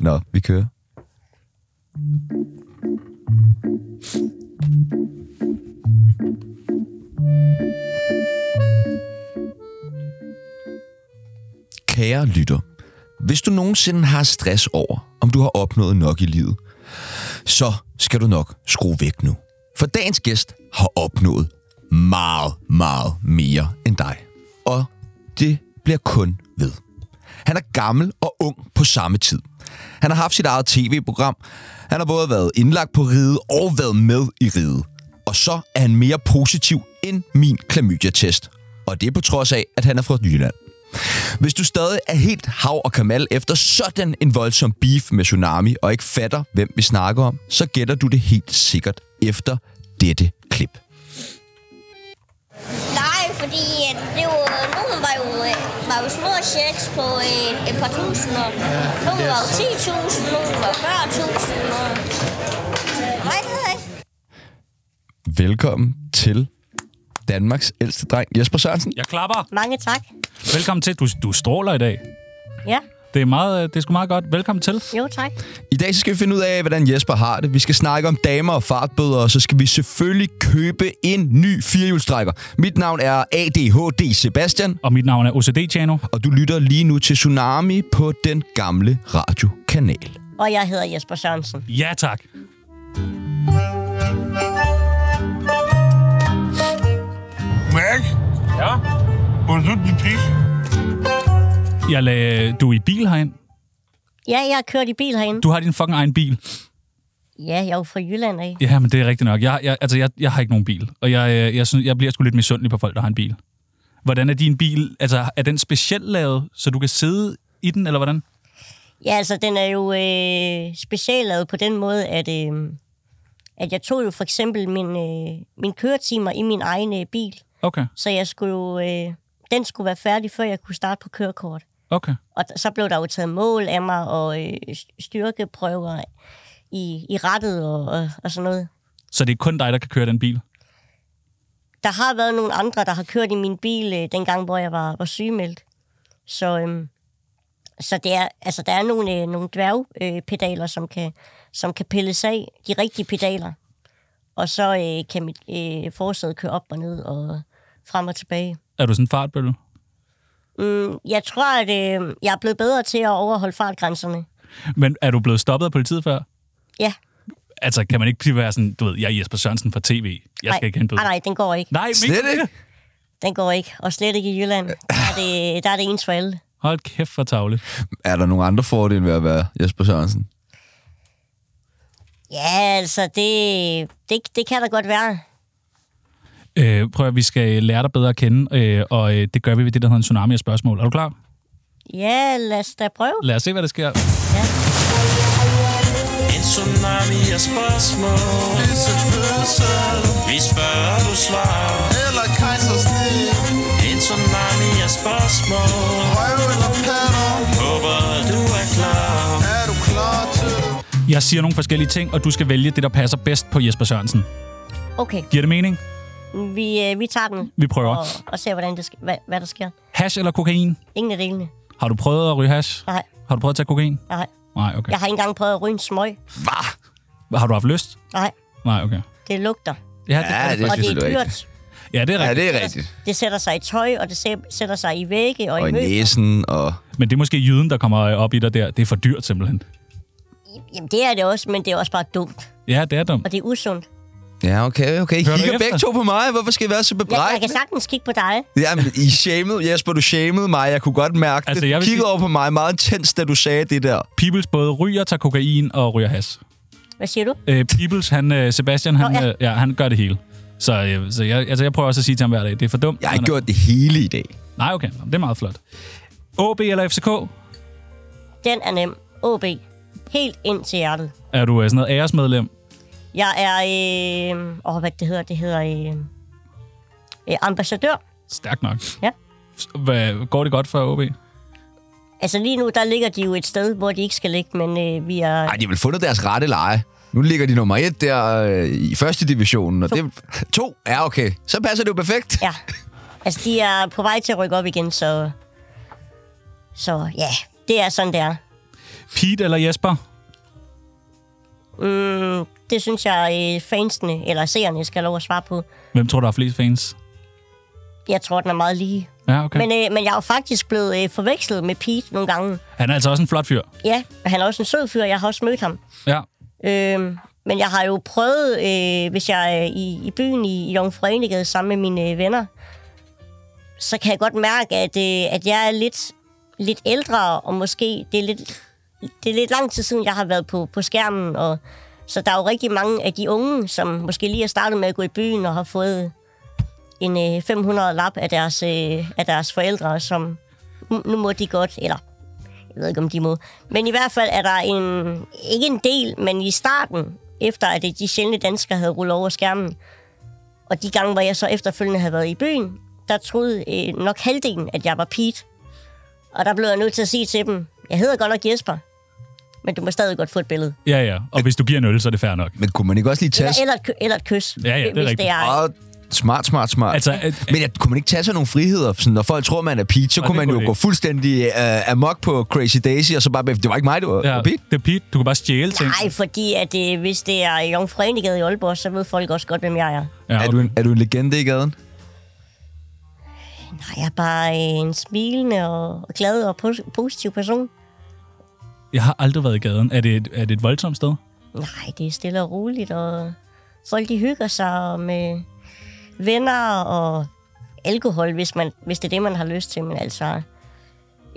Nå, vi kører. Kære lytter, hvis du nogensinde har stress over, om du har opnået nok i livet, så skal du nok skrue væk nu. For dagens gæst har opnået meget, meget mere end dig. Og det bliver kun ved. Han er gammel og ung på samme tid. Han har haft sit eget tv-program. Han har både været indlagt på riget og været med i riget. Og så er han mere positiv end min klamydia-test. Og det er på trods af, at han er fra Jylland. Hvis du stadig er helt hav og kamal efter sådan en voldsom beef med Tsunami, og ikke fatter, hvem vi snakker om, så gætter du det helt sikkert efter dette klip. Nej, fordi at det var, nogen var jo, øh, var jo små checks på et, et par tusinder. Nogen var jo 10.000, nogen var 40.000. Og... Øh, Nej, det havde jeg ikke. Velkommen til Danmarks ældste dreng, Jesper Sørensen. Jeg klapper. Mange tak. Velkommen til. Du, du stråler i dag. Ja, Det er, meget, øh, det er sgu meget godt. Velkommen til. jo tak. I dag så skal vi finde ud af, hvordan Jesper har det. Vi skal snakke om damer og fartbøder, og så skal vi selvfølgelig købe en ny firehjulstrækker. Mit navn er ADHD Sebastian, Og mit navn er OCD-Tjano. og du lytter lige nu til Tsunami på den gamle radiokanal. Og jeg hedder Jesper Sørensen. Ja, tak. Max? Ja? Hvor er det, din pis? Jeg lagde, øh, du er i bil herind. Ja, jeg har kørt i bil herinde. Du har din fucking egen bil. Ja, jeg er jo fra Jylland af. Ja, men det er rigtigt nok. Jeg, jeg, altså, jeg, jeg har ikke nogen bil. Og jeg, øh, jeg, synes, jeg bliver sgu lidt misundelig på folk, der har en bil. Hvordan er din bil? Altså, er den specielt lavet, så du kan sidde i den, eller hvordan? Ja, altså, den er jo øh, speciallavet på den måde, at, øh, at jeg tog jo for eksempel min, øh, min køretimer i min egen øh, bil. Okay, Så jeg skulle jo, øh, den skulle være færdig, før jeg kunne starte på kørekort. okay. Og d- så blev der jo taget mål af mig og øh, s- styrkeprøver i, i rettet og, og, og sådan noget. Så det er kun dig, der kan køre den bil? Der har været nogle andre, der har kørt i min bil øh, dengang, hvor jeg var, var sygemeldt. Så, øhm, så det er, altså, der er nogle, øh, nogle dværgpedaler, øh, pedaler, som, kan, som kan pilles af, de rigtige pedaler. Og så øh, kan mit øh, forsæde køre op og ned og frem og tilbage. Er du sådan en fartbølle? Mm, jeg tror, at øh, jeg er blevet bedre til at overholde fartgrænserne. Men er du blevet stoppet af politiet før? Ja. Altså, kan man ikke være sådan, du ved, jeg er Jesper Sørensen fra tv. Jeg skal nej. ikke have en bøde. Ah, nej, den går ikke. Nej, men Slet ikke? Den går ikke, og slet ikke i Jylland. Der er det, der er det ens for alle. Hold kæft for tavligt. Er der nogle andre fordele ved at være Jesper Sørensen? Ja, altså, det, det, det kan der godt være. Øh, prøv at vi skal lære dig bedre at kende, øh, og øh, det gør vi ved det, der hedder en tsunami af spørgsmål. Er du klar? Ja, lad os da prøve. Lad os se, hvad der sker. En tsunami af spørgsmål Fisse, fisse. Vi spørger, du svarer Eller kejsersnit En tsunami af spørgsmål Røv eller patter Håber, du er klar Er du klar til det? Jeg siger nogle forskellige ting, og du skal vælge det, der passer bedst på Jesper Sørensen. Okay, Giver det mening? vi, øh, vi tager den Vi prøver. og, og ser, hvordan det, sk- hvad, hvad der sker. Hash eller kokain? Ingen af delene. Har du prøvet at ryge hash? Nej, Har du prøvet at tage kokain? nej. Nej, okay. Jeg har ikke engang prøvet at ryge en smøg. Har du haft lyst? Nej, Nej, okay. det lugter. Ja, det, Ja, det- Og det synes er jeg ikke. dyrt. ja, det er rigtigt. det er Det sætter sig i tøj, og det sæ- sætter sig i vægge og, Og i møbler. næsen, og... Men det er måske jyden, der kommer op i dig der. Det er for dyrt, simpelthen. Jamen, det er det også, men det er også bare dumt. Ja, det er dumt. Og det er usundt. Ja, okay, okay. I Hører du kigger efter? begge to på mig. Hvorfor skal I være så Jeg, jeg bebrejdende? kan sagtens kigge på dig. Jamen, I shamede, Jesper, du shamede mig. Jeg kunne godt mærke altså, Altså, det. jeg Du vil kiggede sige- over på mig meget intens, da du sagde det der. Peoples både ryger, tager kokain og ryger hash. Hvad siger du? Øh, Peoples, han, øh, Sebastian, han, Nå, ja. øh, ja, han gør det hele. Så, øh, så jeg, altså, jeg prøver også at sige til ham hver dag, det er for dumt. Jeg har Han ikke er- gjort det hele i dag. Nej, okay. Nå, Det er meget flot. OB eller FCK? Den er nem. OB. Helt ind til hjertet. Er du øh, sådan noget æresmedlem? Jeg er... Øh, åh, hvad det hedder? Det hedder... Øh, øh, ambassadør. Stærk nok. Ja. Hvad, går det godt for OB? Altså lige nu, der ligger de jo et sted, hvor de ikke skal ligge, men øh, vi er... Nej, de har vel fundet deres rette leje. Nu ligger de nummer et der øh, i første divisionen. Og to. Det, to? Ja, okay. Så passer det jo perfekt. Ja. Altså, de er på vej til at rykke op igen, så... Så ja, det er sådan, det er. Pete eller Jesper? Mm, det synes jeg, øh, fansene eller seerne skal have lov at svare på. Hvem tror, der er flest fans? Jeg tror, den er meget lige. Ja, okay. Men, Men, øh, men jeg er jo faktisk blevet øh, forvekslet med Pete nogle gange. han er altså også en flot fyr. Ja, og han er også en sød fyr, jeg har også mødt ham. Ja. Øh, men jeg har jo prøvet, øh, hvis jeg er i, i byen i Jomfruenegade sammen med mine øh, venner, så kan jeg godt mærke, at, øh, at jeg er lidt, lidt ældre, og måske det er lidt, det er lidt lang tid siden, jeg har været på, på skærmen. Og, så der er jo rigtig mange af de unge, som måske lige har startet med at gå i byen og har fået en øh, 500 lap af deres, øh, af deres forældre, som nu nu må de godt, eller jeg ved ikke, om de må. Men i hvert fald er der en, ikke en del, men i starten, efter at de sjældne danskere havde rullet over skærmen, og de gange, hvor jeg så efterfølgende havde været i byen, der troede øh, nok halvdelen, at jeg var Pete. Og der blev jeg nødt til at sige til dem, jeg hedder godt nok Jesper, men du må stadig godt få et billede. Ja, ja. Og hvis du giver en øl, så er det fair nok. Men kunne man ikke også lige tage... Eller, eller, et ky- eller et kys, Ja, ja, det er hvis rigtigt. Ah, det er. Åh, smart, smart, smart. Altså, Altså, at- Men at, kunne man ikke tage sig nogle friheder? Sådan, når folk tror, man er Pete, så Nej, kunne man det kunne jo de gå ikke. fuldstændig øh, amok på Crazy Daisy, og så bare, bagefter, det var ikke mig, det var, ja. Ja, var Pete. det er Pete. Du kan bare stjæle ting. Nej, fordi at, øh, hvis det er Jomfrenegade i Aalborg, så ved folk også godt, hvem jeg er. Ja, Er, okay. du en, er du en legende i gaden? Nej, jeg er bare øh, en smilende og, og glad og pos- positiv person. Jeg har aldrig været i gaden. Er det et, er det et voldsomt sted? Nej, det er stille og roligt, og folk de hygger sig med venner og alkohol, hvis, man, hvis det er det, man har lyst til. Men altså,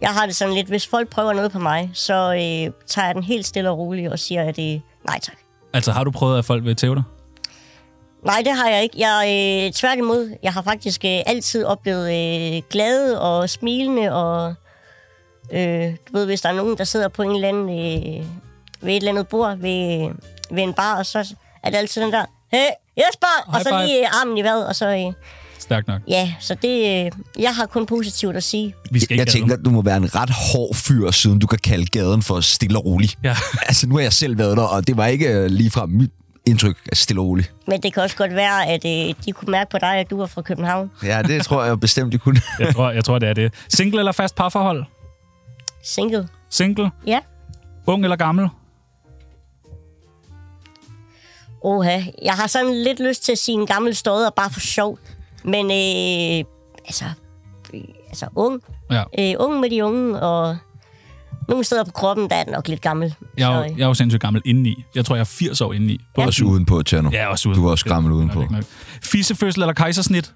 jeg har det sådan lidt, hvis folk prøver noget på mig, så øh, tager jeg den helt stille og roligt og siger, at det nej tak. Altså, har du prøvet, at folk vil tæve dig? Nej, det har jeg ikke. Jeg øh, tværtimod. Jeg har faktisk øh, altid oplevet øh, glade og smilende, og øh, du ved, hvis der er nogen, der sidder på en eller anden, øh, ved et eller andet bord ved, øh, ved en bar, og så er det altid den der, hey, Jesper! Og High så five. lige øh, armen i vejret, og så, øh, Stærkt nok. ja, så det, øh, jeg har kun positivt at sige. Vi skal ikke Jeg i gaden. tænker, at du må være en ret hård fyr, siden du kan kalde gaden for stille og rolig. Ja. Altså, nu har jeg selv været der, og det var ikke øh, lige fra mit indtryk af stille og rolig. Men det kan også godt være, at øh, de kunne mærke på dig, at du var fra København. Ja, det tror jeg bestemt, det kunne. Jeg tror, jeg tror, det er det. Single eller fast parforhold? Single. Single? Ja. Ung eller gammel? Oha, jeg har sådan lidt lyst til at sige en gammel stodder, bare for sjov. Men øh, altså, øh, altså ung. Ja. Øh, ung med de unge, og nogle steder på kroppen, der er den nok lidt gammel. Jeg er, Så, jo, øh, jeg er jo sindssygt gammel indeni. Jeg tror, jeg er 80 år indeni. Både Også udenpå, Tjerno. Ja, også uden. Du var også gammel Det er udenpå. nok ikke nok. Fissefødsel eller kejsersnit?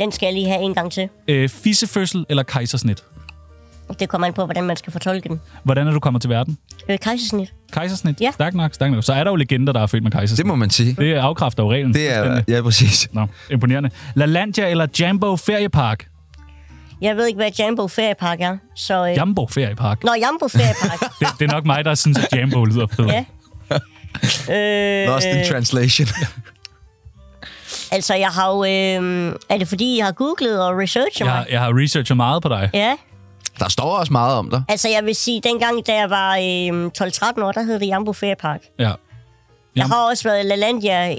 Den skal jeg lige have en gang til. Øh, fissefødsel eller kejsersnit? Det kommer an på, hvordan man skal fortolke den. Hvordan er du kommet til verden? Øh, kejsersnit. Kejsersnit? Ja. Stærk nok, stærk nok. Så er der jo legender, der er født med Det kejsersnit. må man sige. det afkræfter jo reglen. Det er, fuldstændig. ja, præcis. Nå, imponerende. LaLandia eller Jambo Feriepark? Jeg ved ikke, hvad Jambo Feriepark er, så... Øh, Jambo Feriepark. Nå, Jambo Feriepark. Det, det er nok mig, der synes, at Jambo lyder fedt. ja. øh, Lost in translation. altså, jeg har jo... Øh, er det fordi, jeg har googlet og researchet Jeg, mig? har- jeg har researchet meget på dig. Ja. Der står også meget om dig. Altså, jeg vil sige, dengang, da jeg var øh, 12-13 år, der hed det Jambo Feriepark. Ja. Jeg Jamen. har også været i LaLandia et,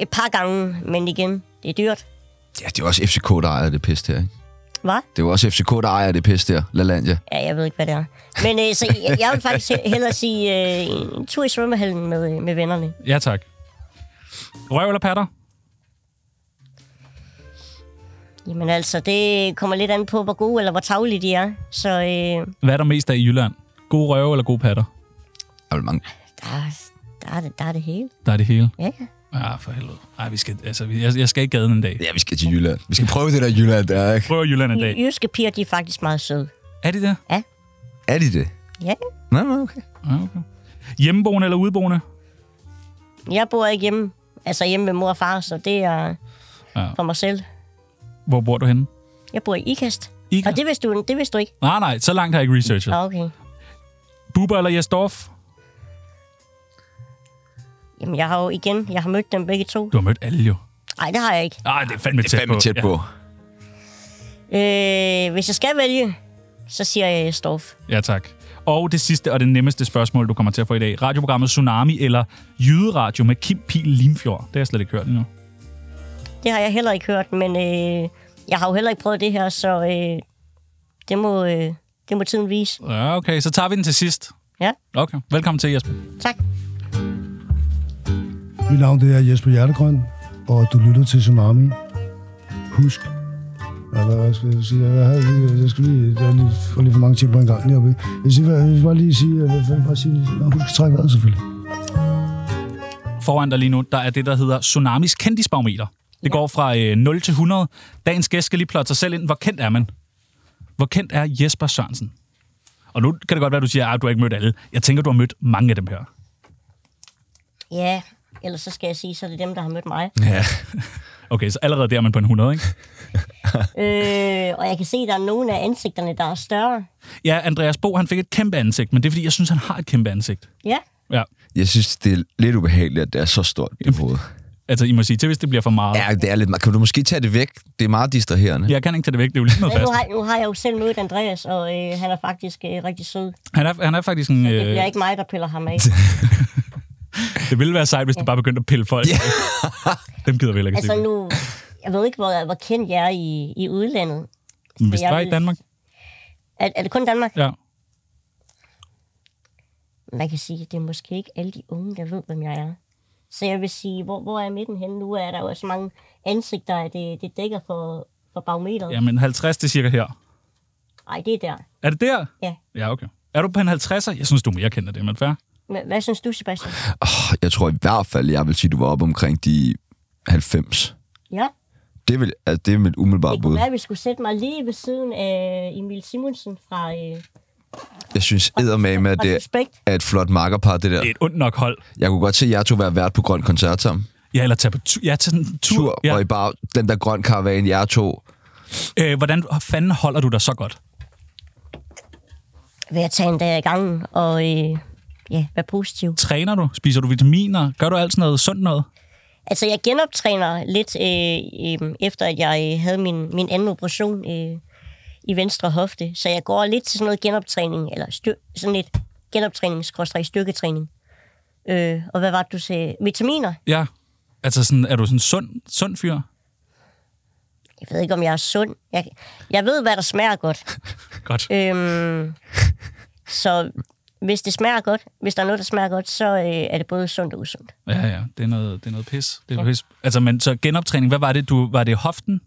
et par gange, men igen, det er dyrt. Ja, det er jo også FCK, der ejer det pis der, ikke? Hvad? Det er jo også FCK, der ejer det pis der, LaLandia. Ja, jeg ved ikke, hvad det er. Men øh, så jeg, jeg vil faktisk he- hellere sige øh, en tur i svømmehallen med, øh, med vennerne. Ja, tak. Røv eller patter? Jamen altså, det kommer lidt an på, hvor gode eller hvor taglige de er. Så øh, Hvad er der mest af i Jylland? God røve eller god patter? Der er vel mange. der, er- der, er det, der er det hele. Der er det hele. Ja, ja. Ja, for helvede. Ej, vi skal, altså, vi- jeg, jeg skal i gaden en dag. Ja, vi skal til Jylland. Vi skal prøve det der Jylland der, ikke? Prøver Jylland en dag. Y- Jyske piger, de er faktisk meget søde. Er det der? Er de det? Ja. Nej, nej, okay. Ja, okay. Hjemmeboende eller udeboende? Jeg bor ikke hjemme. Altså hjemme med mor og far, så det er Ja. for mig selv. Hvor bor du henne? Jeg bor i Ikast. Ikast? Og det vidste du, det vidste du ikke. Nej, nej, så langt har jeg ikke researchet. Ah, okay. Buber eller Jesdorf? Jamen, jeg har jo igen, jeg har mødt dem begge to. Du har mødt alle jo. Nej, det har jeg ikke. Ej, det er fandme tæt Det er fandme på. tæt på. Øh, hvis jeg skal vælge, så siger jeg Storf. Ja. ja, tak. Og det sidste og det nemmeste spørgsmål, du kommer til at få i dag. Radioprogrammet Tsunami eller Jyderadio med Kim Pil Limfjord. Det har jeg slet ikke hørt endnu. Det har jeg heller ikke hørt, men øh, jeg har jo heller ikke prøvet det her, så øh, det må øh, Det må tiden vise. Ja, okay. Så tager vi den til sidst. Ja, Okay. Velkommen til, Jesper. tak. Mit navn det er Jesper Hjertegrøn, og du lytter til Tsunami. Husk. Ja, hvad, hvad skal jeg sige? Jeg, havde lige, jeg skal lige, jeg har lige, får lige for mange ting på en gang lige oppe. i. Jeg skal, jeg vil bare lige sige, øh, jeg vil bare sige, Nå, husk at trække vejret selvfølgelig. Foran dig lige nu, der er det, der hedder Tsunamis kendisbarometer. Det går fra øh, 0 til 100. Dagens gæst skal lige plotte sig selv ind. Hvor kendt er man? Hvor kendt er Jesper Sørensen? Og nu kan det godt være, at du siger, at du har ikke mødt alle. Jeg tænker, du har mødt mange af dem her. Ja, ellers så skal jeg sige, så er det dem, der har mødt mig. Ja. Okay, så allerede der er man på en 100, ikke? Øh, og jeg kan se, at der er nogle af ansigterne, der er større. Ja, Andreas Bo, han fik et kæmpe ansigt, men det er, fordi jeg synes, han har et kæmpe ansigt. Ja, Ja, Jeg synes, det er lidt ubehageligt, at det er så stort det hoved. altså I må sige til, hvis det bliver for meget. Ja, det er lidt... meget- Kan du måske tage det væk? Det er meget distraherende. Jeg kan ikke tage det væk, det er jo lige noget men nu fast. har, nu har jeg jo selv mødt Andreas, og øh, han er faktisk øh, rigtig sød. Han er, han er faktisk en... Det Øh, bliver ikke mig, der piller ham af. det ville være sejt, hvis du bare begyndte at pille folk. Dem gider vi heller ikke Altså se. nu, jeg ved ikke, hvor, hvor kendt jeg er i, i udlandet. Men Hvis jeg det var i vil- Danmark, Er, er det kun Danmark? ja. Man kan sige, at det er måske ikke alle de unge, der ved, hvem jeg er. Så jeg vil sige, hvor, hvor er midten henne? Nu er der jo så mange ansigter, at det, det dækker for, for barometeret. Ja. Jamen 50, det er cirka her. Ej, det er der. Er det der? Ja. Ja, okay. Er du på en 50'er? Jeg synes, du er mere kendt af det, men fair. Hva- Hvad synes du, Sebastian? Oh, jeg tror i hvert fald, jeg vil sige, du var op omkring de 90. Ja, Det, vil, altså, det er mit umiddelbare det bud. kunne være, at vi skulle sætte mig lige ved siden af Emil Simonsen fra, øh, Jeg synes eddermame, at fra det Suspekt. er et flot markerpar, det der. Det er et ondt nok hold. Jeg kunne godt se jer to være vært på Grøn Koncert sammen. Ja, eller tage på tur. Ja, tage en tur. Tur, ja. Ja. og i bare den der grøn karavan, jer to. Øh, hvordan fanden holder du dig så godt? Ved at tage en dag i gangen og øh, ja, være positiv. Træner du? Spiser du vitaminer? Gør du alt sådan noget sundt noget? Altså, jeg genoptræner lidt, øh, øh, efter at jeg øh, havde min, min anden operation øh, i venstre hofte. Så jeg går lidt til sådan noget genoptræning, eller styr, sådan lidt genoptræning, skråstrej styrketræning. Øh, og hvad var det, du sagde? Vitaminer? Ja. Altså, sådan, er du sådan en sund, sund fyr? Jeg ved ikke, om jeg er sund. Jeg, jeg ved, hvad der smager godt. Godt. Øhm, så hvis det smager godt, hvis der er noget, der smager godt, så øh, er det både sundt og usundt. Ja, ja. Det er noget, det er noget pis. Det er noget pis. Altså, men så genoptræning, hvad var det? Du, var det hoften?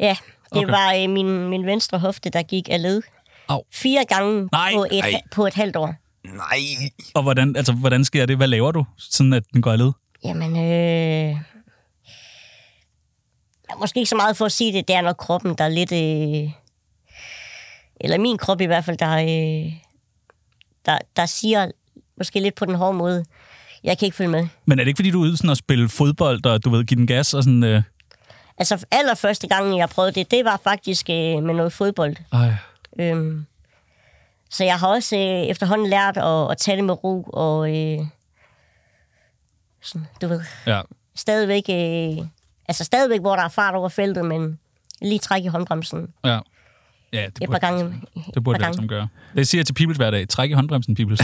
Ja, det Okay. okay. var øh, min, min venstre hofte, der gik af led. Au. Fire gange Nej, på et, ej. på et halvt år. Nej. Og hvordan, altså, hvordan sker det? Hvad laver du, sådan at den går i led? Jamen, øh... Jeg er måske ikke så meget for at sige det. Det er nok kroppen, der er lidt... Øh... Eller min krop i hvert fald, der, øh... der, der siger måske lidt på den hårde måde, jeg kan ikke følge med. Men er det ikke, fordi du er ude sådan at spille fodbold, og du ved, give den gas og sådan... Øh... Altså, allerførste gang, jeg prøvede det, det var faktisk øh, med noget fodbold. Ej. Øhm, så jeg har også øh, efterhånden lært at, at tage det med ro, og øh, sådan, du ved, Ja. stadigvæk, øh, altså stadigvæk, hvor der er fart over feltet, men lige træk i håndbremsen Ja. Ja, det et burde, par gange. det burde par det gange. altså gøre. Det siger jeg til Peoples hver dag. Træk i håndbremsen, Peoples.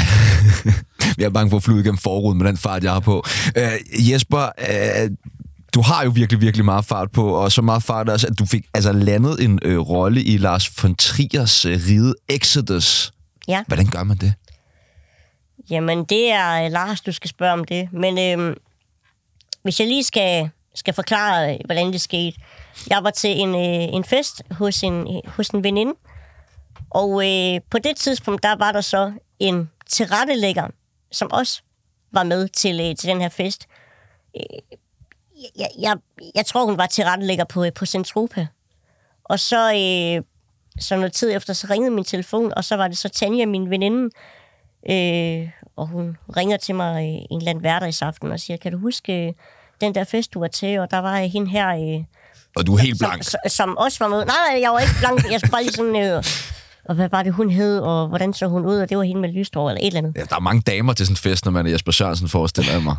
Jeg er bange for at flyde igennem forruden med den fart, jeg har på. Øh, Jesper, øh, du har jo virkelig, virkelig meget fart på, og så meget fart også, at du fik altså, landet en øh, rolle i Lars von Triers øh, ride Exodus. Ja, Hvordan gør man det? jamen det er øh, Lars, du skal spørge om det. Men øh, hvis jeg lige skal, skal forklare, øh, hvordan det skete. Jeg var til en, øh, en fest hos en, hos en veninde, og øh, på det tidspunkt, der var der så en tilrettelægger, som også var med til, øh, til den her fest. Øh, jeg, jeg, jeg tror, hun var tilrettelægger på, øh, på Centropa. Og så, øh, så noget tid efter, så ringede min telefon, og så var det så Tanja, min veninde, øh, og hun ringer til mig øh, en eller anden hverdagsaften og siger, kan du huske øh, den der fest, du var til, og der var øh, hende her... Øh, Og du er helt som, blank. som, som også var med. Nej, nej, jeg var ikke blank. Jeg skulle bare lige sådan... Øh, og hvad var det, hun hed, og hvordan så hun ud, og det var hende med lyst hår, eller et eller andet. Ja, der er mange damer til sådan en fest, når man er Jesper Sørensen, forestiller jeg mig.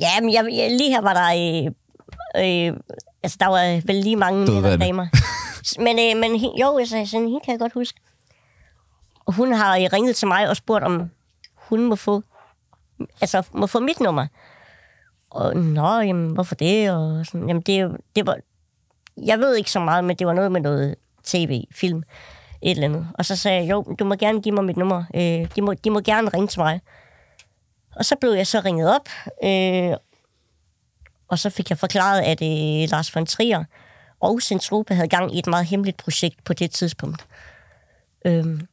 Ja, men jeg, jeg, lige her var der... Øh, øh, altså, der var øh, vel lige mange Dødvande. netop damer. S- Men, øh, men he- jo, altså, sådan, hende kan jeg godt huske. Og hun har øh, ringet til mig og spurgt, om hun må få, altså, må få mit nummer. Og nå, jamen, hvorfor det? Og sådan, jamen, det, er jo- det var, jeg ved ikke så meget, men det var noget med noget tv, film. et eller andet. Og så sagde jeg, jo, du må gerne give mig mit nummer. Øh, de, må, de må gerne ringe til mig. Og så blev jeg så ringet op, øh, og så fik jeg forklaret, at øh, Lars von Trier og Centropa havde gang i et meget hemmeligt projekt på det tidspunkt. Øhm,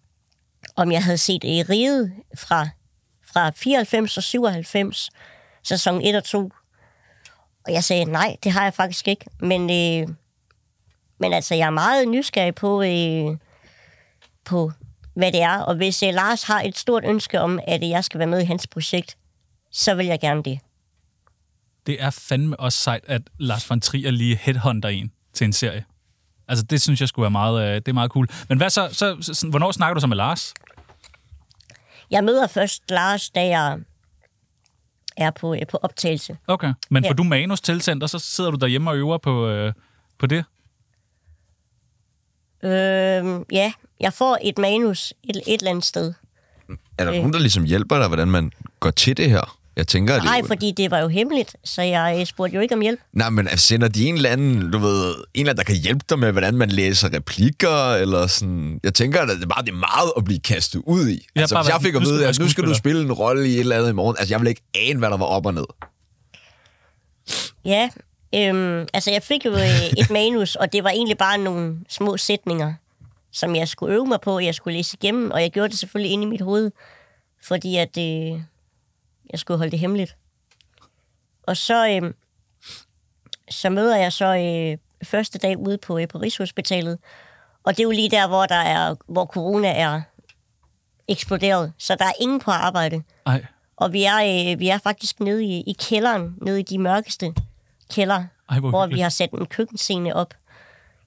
om jeg havde set øh, Riget fra, fra 94 og 97, sæson 1 og 2. Og jeg sagde, nej, det har jeg faktisk ikke. Men, øh, men altså, jeg er meget nysgerrig på, øh, på hvad det er. Og hvis øh, Lars har et stort ønske om, at øh, jeg skal være med i hans projekt, så vil jeg gerne det. Det er fandme også sejt, at Lars von Trier lige headhunter en til en serie. Altså, det synes jeg skulle være meget, øh, det er meget cool. Men hvad så, så, så, så, hvornår snakker du så med Lars? Jeg møder først Lars, da jeg er på, øh, på optagelse. Okay. Men får Ja. du manus tilsendt, og så sidder du derhjemme og øver på, øh, på det? Øh, ja, jeg får et manus et, et eller andet sted. Er der nogen, der ligesom hjælper dig, hvordan man går til det her? Jeg tænker, at det Nej, jo- fordi det var jo hemmeligt, så jeg øh, spurgte jo ikke om hjælp. Nej, men sender de en eller anden, du ved, en eller anden, der kan hjælpe dig med, hvordan man læser replikker, eller sådan... Jeg tænker, at det er meget, det er meget at blive kastet ud i. Ja, altså, bare hvis jeg fik at være- nu skal du vide, at være nu skal du skuespiller. spille en rolle i et eller andet i morgen, altså, jeg ville ikke ane, hvad der var op og ned. Ja, øhm, altså jeg fik jo øh, et manus, og det var egentlig bare nogle små sætninger, som jeg skulle øve mig på, jeg skulle læse igennem, og jeg gjorde det selvfølgelig inde i mit hoved, fordi at øh, jeg skulle holde det hemmeligt. Og så, øh, så møder jeg så øh, første dag ude på, øh, på Rigshospitalet, og det er jo lige der, hvor, der er, hvor corona er eksploderet, så der er ingen på arbejde. Nej. Og vi er, øh, vi er faktisk nede i, i kælderen, nede i de mørkeste kælder, Ej, hvor hvor hyggeligt. vi har sat en køkkenscene op,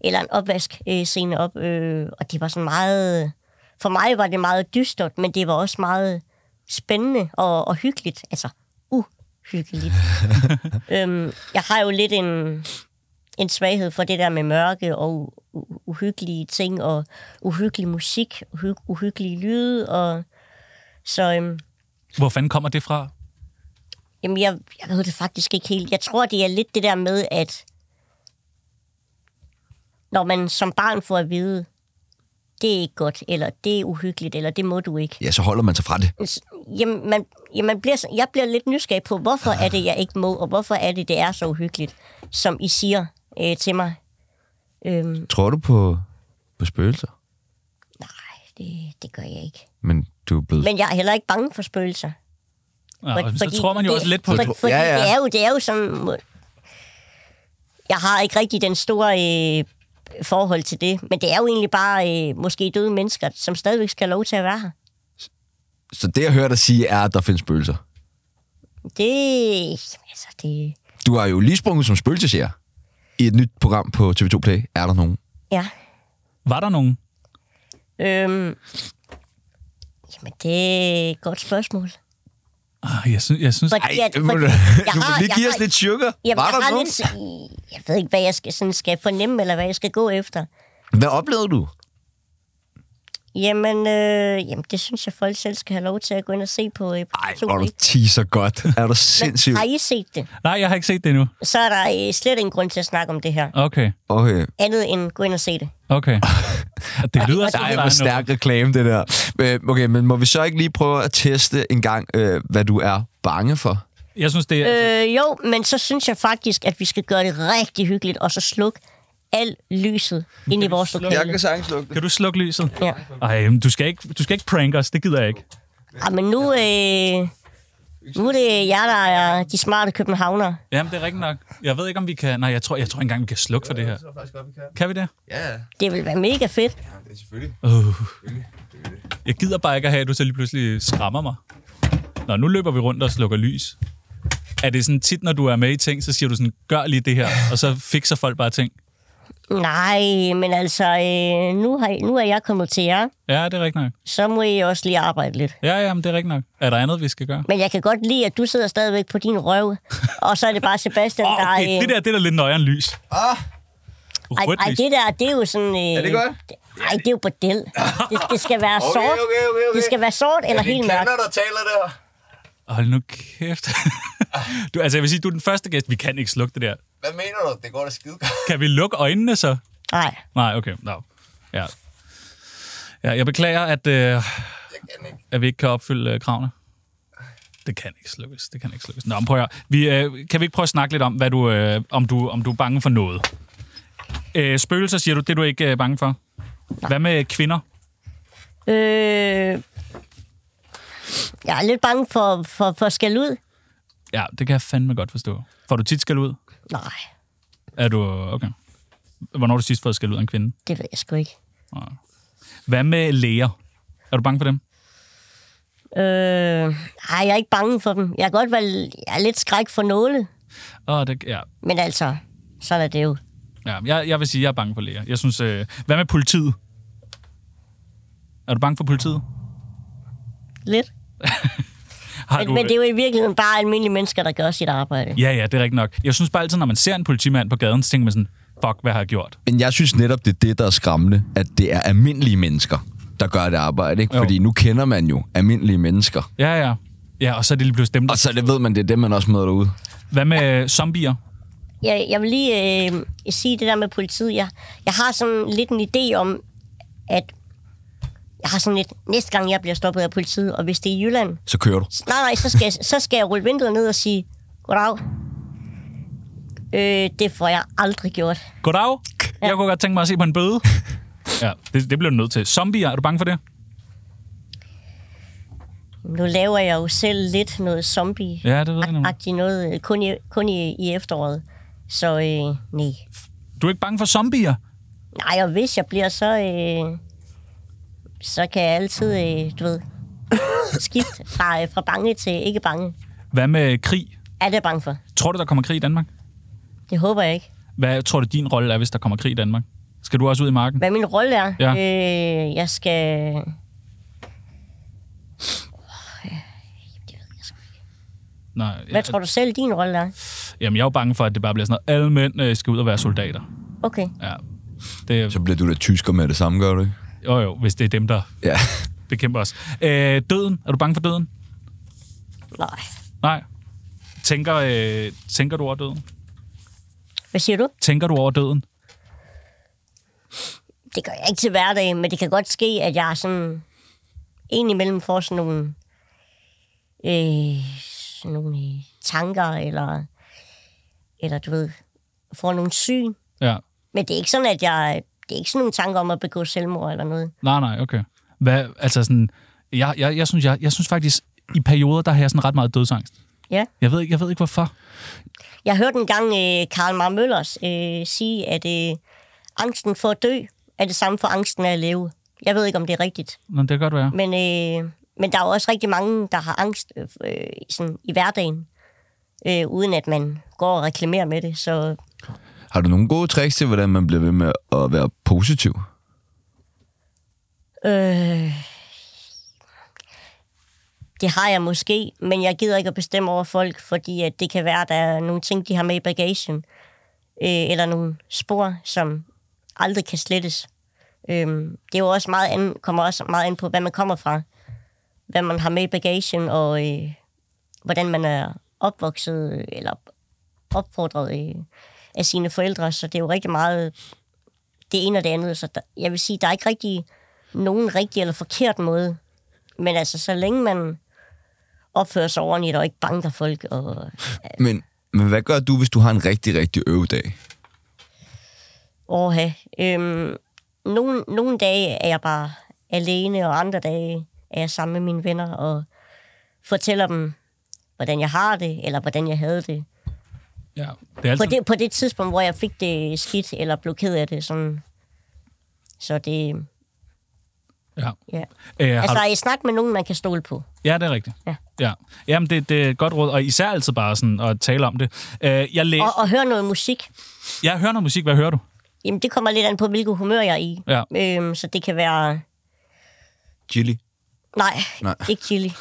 eller en opvaskscene op, øh, og det var sådan meget... For mig var det meget dystert, men det var også meget spændende og, og hyggeligt. Altså, uhyggeligt. øhm, jeg har jo lidt en, en svaghed for det der med mørke og u- u- uhyggelige ting, og uhyggelig musik, uhy- uhyggelige lyde, og så... Øhm, Hvor fanden kommer det fra? Jamen, jeg, jeg ved det faktisk ikke helt. Jeg tror, det er lidt det der med, at når man som barn får at vide, det er ikke godt, eller det er uhyggeligt, eller det må du ikke. Ja, så holder man sig fra det. S- Jamen, man, jamen man bliver, sådan- jeg bliver lidt nysgerrig på, hvorfor er det, jeg ikke må, og hvorfor er det, det er så uhyggeligt, som I siger øh, til mig. Øhm, Tror du på, på spøgelser? nej, det, det gør jeg ikke. Men du er blevet... Men jeg er heller ikke bange for spøgelser. Ja, For- og så tror man jo også lidt på for, det. For, fordi Ja, ja. Det, er jo, det er jo som... Jeg har ikke rigtig den store øh, forhold til det, men det er jo egentlig bare øh, måske døde mennesker, som stadigvæk skal have lov til at være her. Så det, jeg hører dig sige, er, at der findes spøgelser. Det... Altså, det... Du har jo lige sprunget som spøgelsesejer i et nyt program på TV2 Play. Er der nogen? Ja. Var der nogen? Øhm, jamen, det er et godt spørgsmål. Ah, jeg synes, jeg synes Fordi- Ej, Ja, ja, fordi du må jeg da har- lige jeg give har- os lidt sugar. Jamen, var jeg, der har nogen? lidt, jeg ved ikke, hvad jeg skal, sådan skal fornemme, eller hvad jeg skal gå efter. Hvad oplevede du? Jamen, øh, jamen, det synes jeg, folk selv skal have lov til at gå ind og se på. Øh, på Ej, TV2, hvor du ikke? teaser godt. Er du sindssyg? Men har I set det? Nej, jeg har ikke set det endnu. så er der øh, slet ingen grund til at snakke om det her. Okay, Okay. Andet end gå ind og se det. okay. Det lyder som, Ej, der er hvor noget. stærk reklame, det der. Øh, Okay, men må vi så ikke lige prøve at teste en gang, øh, hvad du er bange for? Jeg synes, det er... Øh, jo, men så synes jeg faktisk, at vi skal gøre det rigtig hyggeligt, og så slukke alt lyset ind i vores lokale. sagtens lukke Kan du slukke lyset? Ja. Ej, men du skal ikke, du skal ikke prank os. Det gider jeg ikke. Ej, Ah, men nu, øh, nu er det jer, der er de smarte københavnere. Jamen, det er rigtigt nok. Jeg ved ikke, om vi kan... Nej, jeg tror, jeg tror ikke engang, vi kan slukke for det her. Kan vi det? Det vil være mega fedt. Uh. Jeg gider bare ikke at have, at du så lige pludselig skræmmer mig. Nå, nu løber vi rundt og slukker lys. Er det sådan tit, når du er med i ting, så siger du sådan, gør lige det her, og så fikser folk bare ting? Nej, men altså, øh, nu, har, I- nu er jeg kommet til jer, Ja, det er rigtigt nok. så må I også lige arbejde lidt. Ja, ja, men det er rigtigt nok. Er der andet, vi skal gøre? Men jeg kan godt lide, at du sidder stadigvæk på din røv, og så er det bare Sebastian, Åh, der... okay, det der, det er da lidt nøjere end lys. Ah! Ej, Rødt ej, lys. det der, det er jo sådan... Øh, er det godt? Ej, det er jo bordel. Det, det skal være sort. Det skal være sort eller helt mørkt. der taler der. Hold nu kæft. du, altså, jeg vil sige, du er den første gæst. Vi kan ikke slukke det der. Hvad mener du? Det går da skide godt. Kan vi lukke øjnene så? Nej. Nej, okay. No. Ja. Ja, jeg beklager, at, øh, jeg at vi ikke kan opfylde øh, kravene. Det kan ikke slukkes. Det kan ikke slukkes. Nå, men prøv at høre. vi, øh, Kan vi ikke prøve at snakke lidt om, hvad du, øh, om, du, om du er bange for noget? Øh, spøgelser, siger du, det er du ikke øh, bange for. Hvad med kvinder? Øh, jeg er lidt bange for, for, for skal ud. Ja, det kan jeg fandme godt forstå. Får du tit skal ud? Nej, Er du... Okay. Hvornår har du sidst fået skal ud af en kvinde? det ved jeg sgu ikke. Hvad med læger? Er du bange for dem? Øh, nej, jeg er ikke bange for dem. Jeg er godt være, jeg er lidt skræk for nåle, Åh, det, ja. men altså, sådan er det jo. ja jeg, jeg vil sige, at jeg er bange for læger. Jeg synes... Øh, hvad med politiet? Er du bange for politiet? Lidt. Har Men, men det er jo i virkeligheden bare almindelige mennesker, der gør sit arbejde. Ja, ja, det er rigtigt nok. Jeg synes bare altid, når man ser en politimand på gaden, så tænker man sådan, fuck, hvad har jeg gjort? Men jeg synes netop, det er det, der er skræmmende, at det er almindelige mennesker, der gør det arbejde. Ikke? Jo. Fordi nu kender man jo almindelige mennesker. Ja, ja. Ja, og så er det lige pludselig dem, der... Og så det ved man, det er dem, man også møder derude. Hvad med øh, zombier? Jeg, jeg vil lige øh, sige det der med politiet. Jeg, jeg har sådan lidt en idé om, at jeg har sådan lidt, næste gang jeg bliver stoppet af politiet, og hvis det er i Jylland, Så kører du. så- nej, nej, så skal, jeg, så skal jeg rulle vinduet ned og sige, goddag. Øh, det får jeg aldrig gjort. Goddag. Jeg kunne godt tænke mig at se på en bøde. Ja, det, det blev du nødt til. Zombier, er du bange for det? Nu laver jeg jo selv lidt noget zombie Ja, det ved jeg nemlig. agtigt noget, øh, kun, i, kun i, i efteråret. Så øh, nej. Du er ikke bange for zombier? Nej, og hvis jeg bliver så... Øh, så kan jeg altid, øh, du ved, skifte fra, øh, fra bange til ikke bange. Hvad med krig? Er det er jeg bange for? Tror du, der kommer krig i Danmark? Det håber jeg ikke. Hvad tror du, din rolle er, hvis der kommer krig i Danmark? Skal du også ud i marken? Hvad min rolle er? Ja. Øh, jeg skal... Åh, ja, det ved jeg sgu ikke. Nej, Hvad tror du selv, din rolle er? Jamen, jeg er jo bange for, at det bare bliver sådan noget. Alle mænd øh, skal ud og være soldater. Okay. Ja. Det, Så bliver du da tysker med det samme, gør du ikke? jo, jo, hvis det er dem, der Ja. bekæmper os. Øh, døden. Er du bange for døden? Nej. Nej. Tænker, øh, tænker du over døden? Hvad siger du? Tænker du over døden? Det gør jeg ikke til hverdag, men det kan godt ske, at jeg er sådan... En imellem får sådan nogle... Øh, sådan nogle øh, tanker, eller... Eller du ved... Får nogle syn. Ja. Men det er ikke sådan, at jeg... Det er ikke sådan nogle tanker om at begå selvmord eller noget. Nej, nej, okay. Hvad, altså sådan, jeg, jeg, jeg, synes, jeg, jeg synes faktisk, i perioder, der har jeg sådan ret meget dødsangst. Ja. Jeg ved, ikke- jeg ved ikke, hvorfor. Jeg hørte engang øh, Karl Mar Møllers øh, sige, at øh, angsten for at dø er det samme for angsten af at leve. Jeg ved ikke, om det er rigtigt. Men det kan godt være. Men, øh, men der er jo også rigtig mange, der har angst øh, øh, sådan, i hverdagen, øh, uden at man går og reklamerer med det. Så Har du nogle gode tricks til, hvordan man bliver ved med at være positiv? øh, det har jeg måske, men jeg gider ikke at bestemme over folk, fordi at det kan være, at der er nogle ting, de har med i bagagen, øh, eller nogle spor, som aldrig kan slettes. Øh, det er jo også meget an, kommer også meget an på, hvad man kommer fra, hvad man har med i bagagen, og øh, hvordan man er opvokset øh, eller opfordret øh, af sine forældre, så det er jo rigtig meget det ene og det andet. Så der, jeg vil sige, der er ikke rigtig nogen rigtig eller forkert måde, men altså, så længe man opfører sig ordentligt og ikke banker folk og Men, men hvad gør du, hvis du har en rigtig, rigtig øvedag? Åha. Øhm, nogle, nogle dage er jeg bare alene, og andre dage er jeg sammen med mine venner og fortæller dem, hvordan jeg har det, eller hvordan jeg havde det. Ja. Det er På altid, det, på det tidspunkt, hvor jeg fik det skidt, eller blev ked af det. Sådan. Så det... Ja. Ja. Øh, har Altså, du, jeg snak med nogen, man kan stole på. ja, det er rigtigt. Ja. ja. Jamen, det, det er et godt råd, og især altid bare sådan at tale om det. Øh, jeg, læs, Og, og høre noget musik. jeg hører noget musik. Hvad hører du? Jamen, det kommer lidt an på, hvilket humør jeg er i. Ja. Øhm, så det kan være... Chili. Nej, Nej. Nej. ikke chili.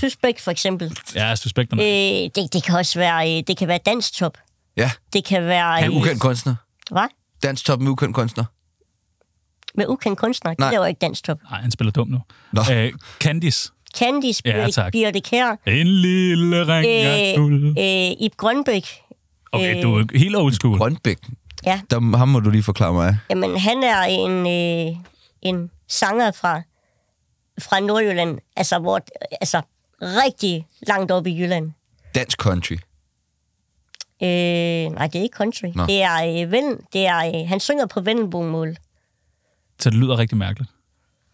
Suspekt, for eksempel. Ja, jeg suspekter mig. Øh, det, det kan også være... øh, Det kan være danstop. Ja, Det kan være... med øh, ukendt kunstner. Hvad? Dansk top med ukendt kunstner. Med ukendt kunstner? Nej. Det laver ikke dansk top. Nej, han spiller dum nu. Nå. Øh, Candice. Candice, Ja, Birte, tak. Birte Kær, En lille ring af guld. øh, øh, Ib Grønbæk. Øh, Okay, du er jo helt old school. Grønbæk. Ja, Der, ham må du lige forklare mig. jamen han er en, øh, en sanger fra, fra Nordjylland, altså, hvor, altså rigtig langt oppe i Jylland. Dansk country. Øh, nej, det er ikke country. Nå. Nå. Det er, øh, ven, det er øh, han synger på Vendelbomål. Så det lyder rigtig mærkeligt.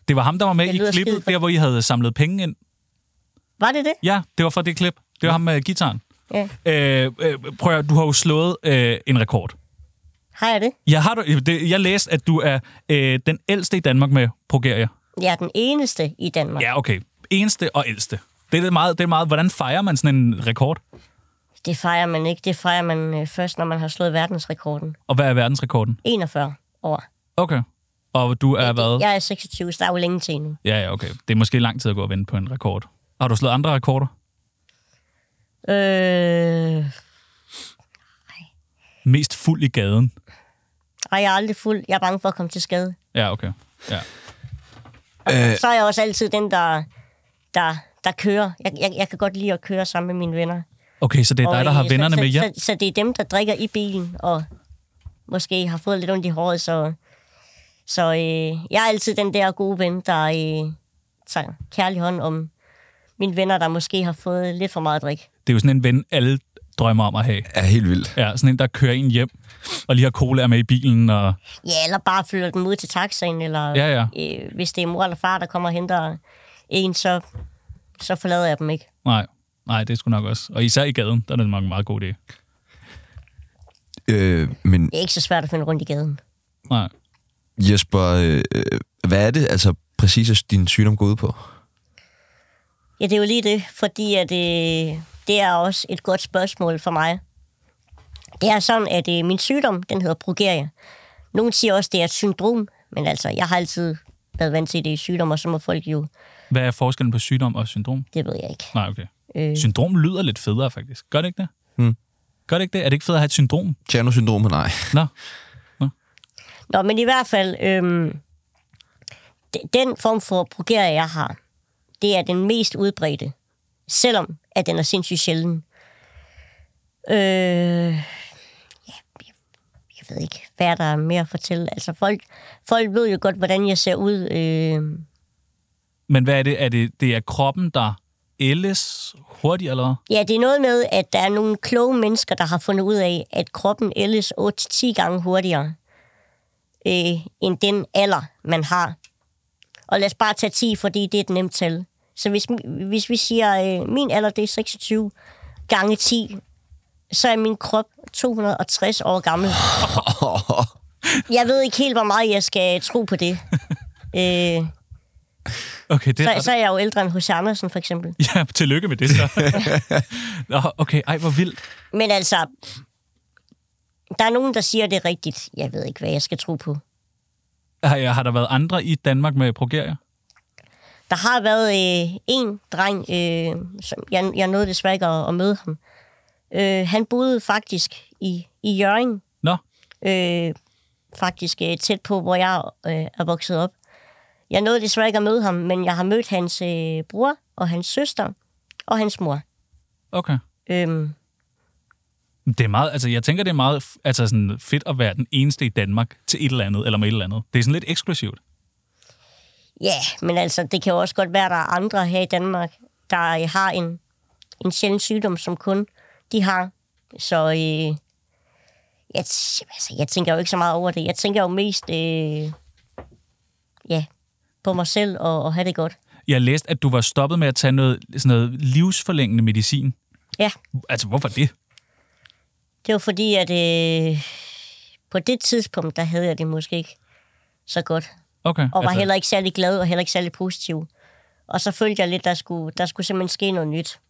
Det var ham, der var med Det i lyder klippet, skide fedt. der hvor I havde samlet penge ind. Var det det? Ja, det var fra det klip. Det var ham med gitaren. Ja. Øh, øh, prøv at, høre, du har jo slået øh, en rekord. Har jeg det? Jeg, har, du- det, jeg læste, at du er øh, den ældste i Danmark med progeria. Jeg er den eneste i Danmark. Ja. Ja, okay. Eneste og ældste. Det er det meget, det er meget, hvordan fejrer man sådan en rekord? Det fejrer man ikke. Det fejrer man øh, først, når man har slået verdensrekorden. Og hvad er verdensrekorden? 41 år. Okay. Og du er hvad? Jeg er 26, så der er jo længe til nu. Ja, ja, okay. Det er måske lang tid at gå og vente på en rekord. Har du slået andre rekorder? Øh, Mest fuld i gaden. ej, jeg er aldrig fuld. Jeg er bange for at komme til skade. Ja, okay. Ja. Øh. Så er jeg også altid den, der, der, der kører. Jeg, jeg, jeg kan godt lide at køre sammen med mine venner. Okay, så det er dig, der har øh, vennerne så, med så, hjem? Så, så det er dem, der drikker i bilen, og måske har fået lidt ondt i håret, så, så øh, jeg er altid den der gode ven, der øh, tager kærlig hånd om mine venner, der måske har fået lidt for meget drik. Det er jo sådan en ven, alle drømmer om at have. Er helt vildt. Ja, sådan en, der kører en hjem, og lige har cola med i bilen, og Ja, eller bare flytter dem ud til taxaen, eller Ja, Øh, hvis det er mor eller far, der kommer og henter en, så, så forlader jeg dem ikke. Nej, nej, det skulle nok også. Og især i gaden, der er det nok en meget god idé. Øh, men Det er ikke så svært at finde rundt i gaden. Nej. Jesper, øh, øh, hvad er det altså præcis, at din sygdom går ud på? Ja, det er jo lige det, fordi at, øh, det er også et godt spørgsmål for mig. Det er sådan, at øh, min sygdom, den hedder progeria. Nogle siger også, det er et syndrom, men altså, jeg har altid været vant til det i sygdom, og så må folk jo, Hvad er forskellen på sygdom og syndrom? det ved jeg ikke. Nej, okay. Øh, Syndrom lyder lidt federe, faktisk. Gør det ikke det? Hmm. Gør det ikke det? Er det ikke federe at have et syndrom? Tjerno-syndromet, nej. Nå, Nå, men i hvert fald, øhm, de- den form for progeria, jeg har, det er den mest udbredte, selvom at den er sindssygt sjælden. Øh, ja, jeg- jeg ved ikke, hvad der er mere at fortælle. Altså, folk, folk ved jo godt, hvordan jeg ser ud. Øh, men hvad er det? Er det, det er kroppen, der ældes hurtigt, eller hvad? ja, det er noget med, at der er nogle kloge mennesker, der har fundet ud af, at kroppen ældes 8-10 gange hurtigere øh, end den alder, man har. Og lad os bare tage 10, fordi det er et nemt tal. Så hvis, mi- hvis vi siger, øh, min alder det er 26 gange 10, så er min krop 260 år gammel. Jeg ved ikke helt, hvor meget jeg skal tro på det. Øh, Okay, det er... så, så er jeg jo ældre end H.C. Andersen, for eksempel. Ja, tillykke med det så. Nå, okay, ej, hvor vildt. Men altså, der er nogen, der siger det er rigtigt. Jeg ved ikke, hvad jeg skal tro på. Har, har der været andre i Danmark med progeria? Der har været øh, en dreng, øh, som jeg, jeg nåede desværre ikke at, at møde ham. Øh, han boede faktisk i, i Jørgen, Nå, øh, faktisk øh, tæt på, hvor jeg øh, er vokset op. Jeg nåede desværre ikke at møde ham, men jeg har mødt hans øh, bror og hans søster og hans mor. okay. Øh, Det er meget, altså jeg tænker, det er meget f- altså sådan fedt at være den eneste i Danmark til et eller andet, eller med et eller andet. Det er sådan lidt eksklusivt. Ja, men altså, det kan jo også godt være, at der er andre her i Danmark, der øh, har en, en sjælden sygdom, som kun de har. Så øh, jeg, t- altså, jeg tænker jo ikke så meget over det. Jeg tænker jo mest øh, ja, på mig selv og, og have det godt. Jeg læste, at du var stoppet med at tage noget, sådan noget livsforlængende medicin. Ja, Altså, hvorfor det? det var fordi, at øh, på det tidspunkt, der havde jeg det måske ikke så godt. Okay. Og var altså, heller ikke særlig glad og heller ikke særlig positiv. Og så følte jeg lidt, der skulle, der skulle simpelthen ske noget nyt.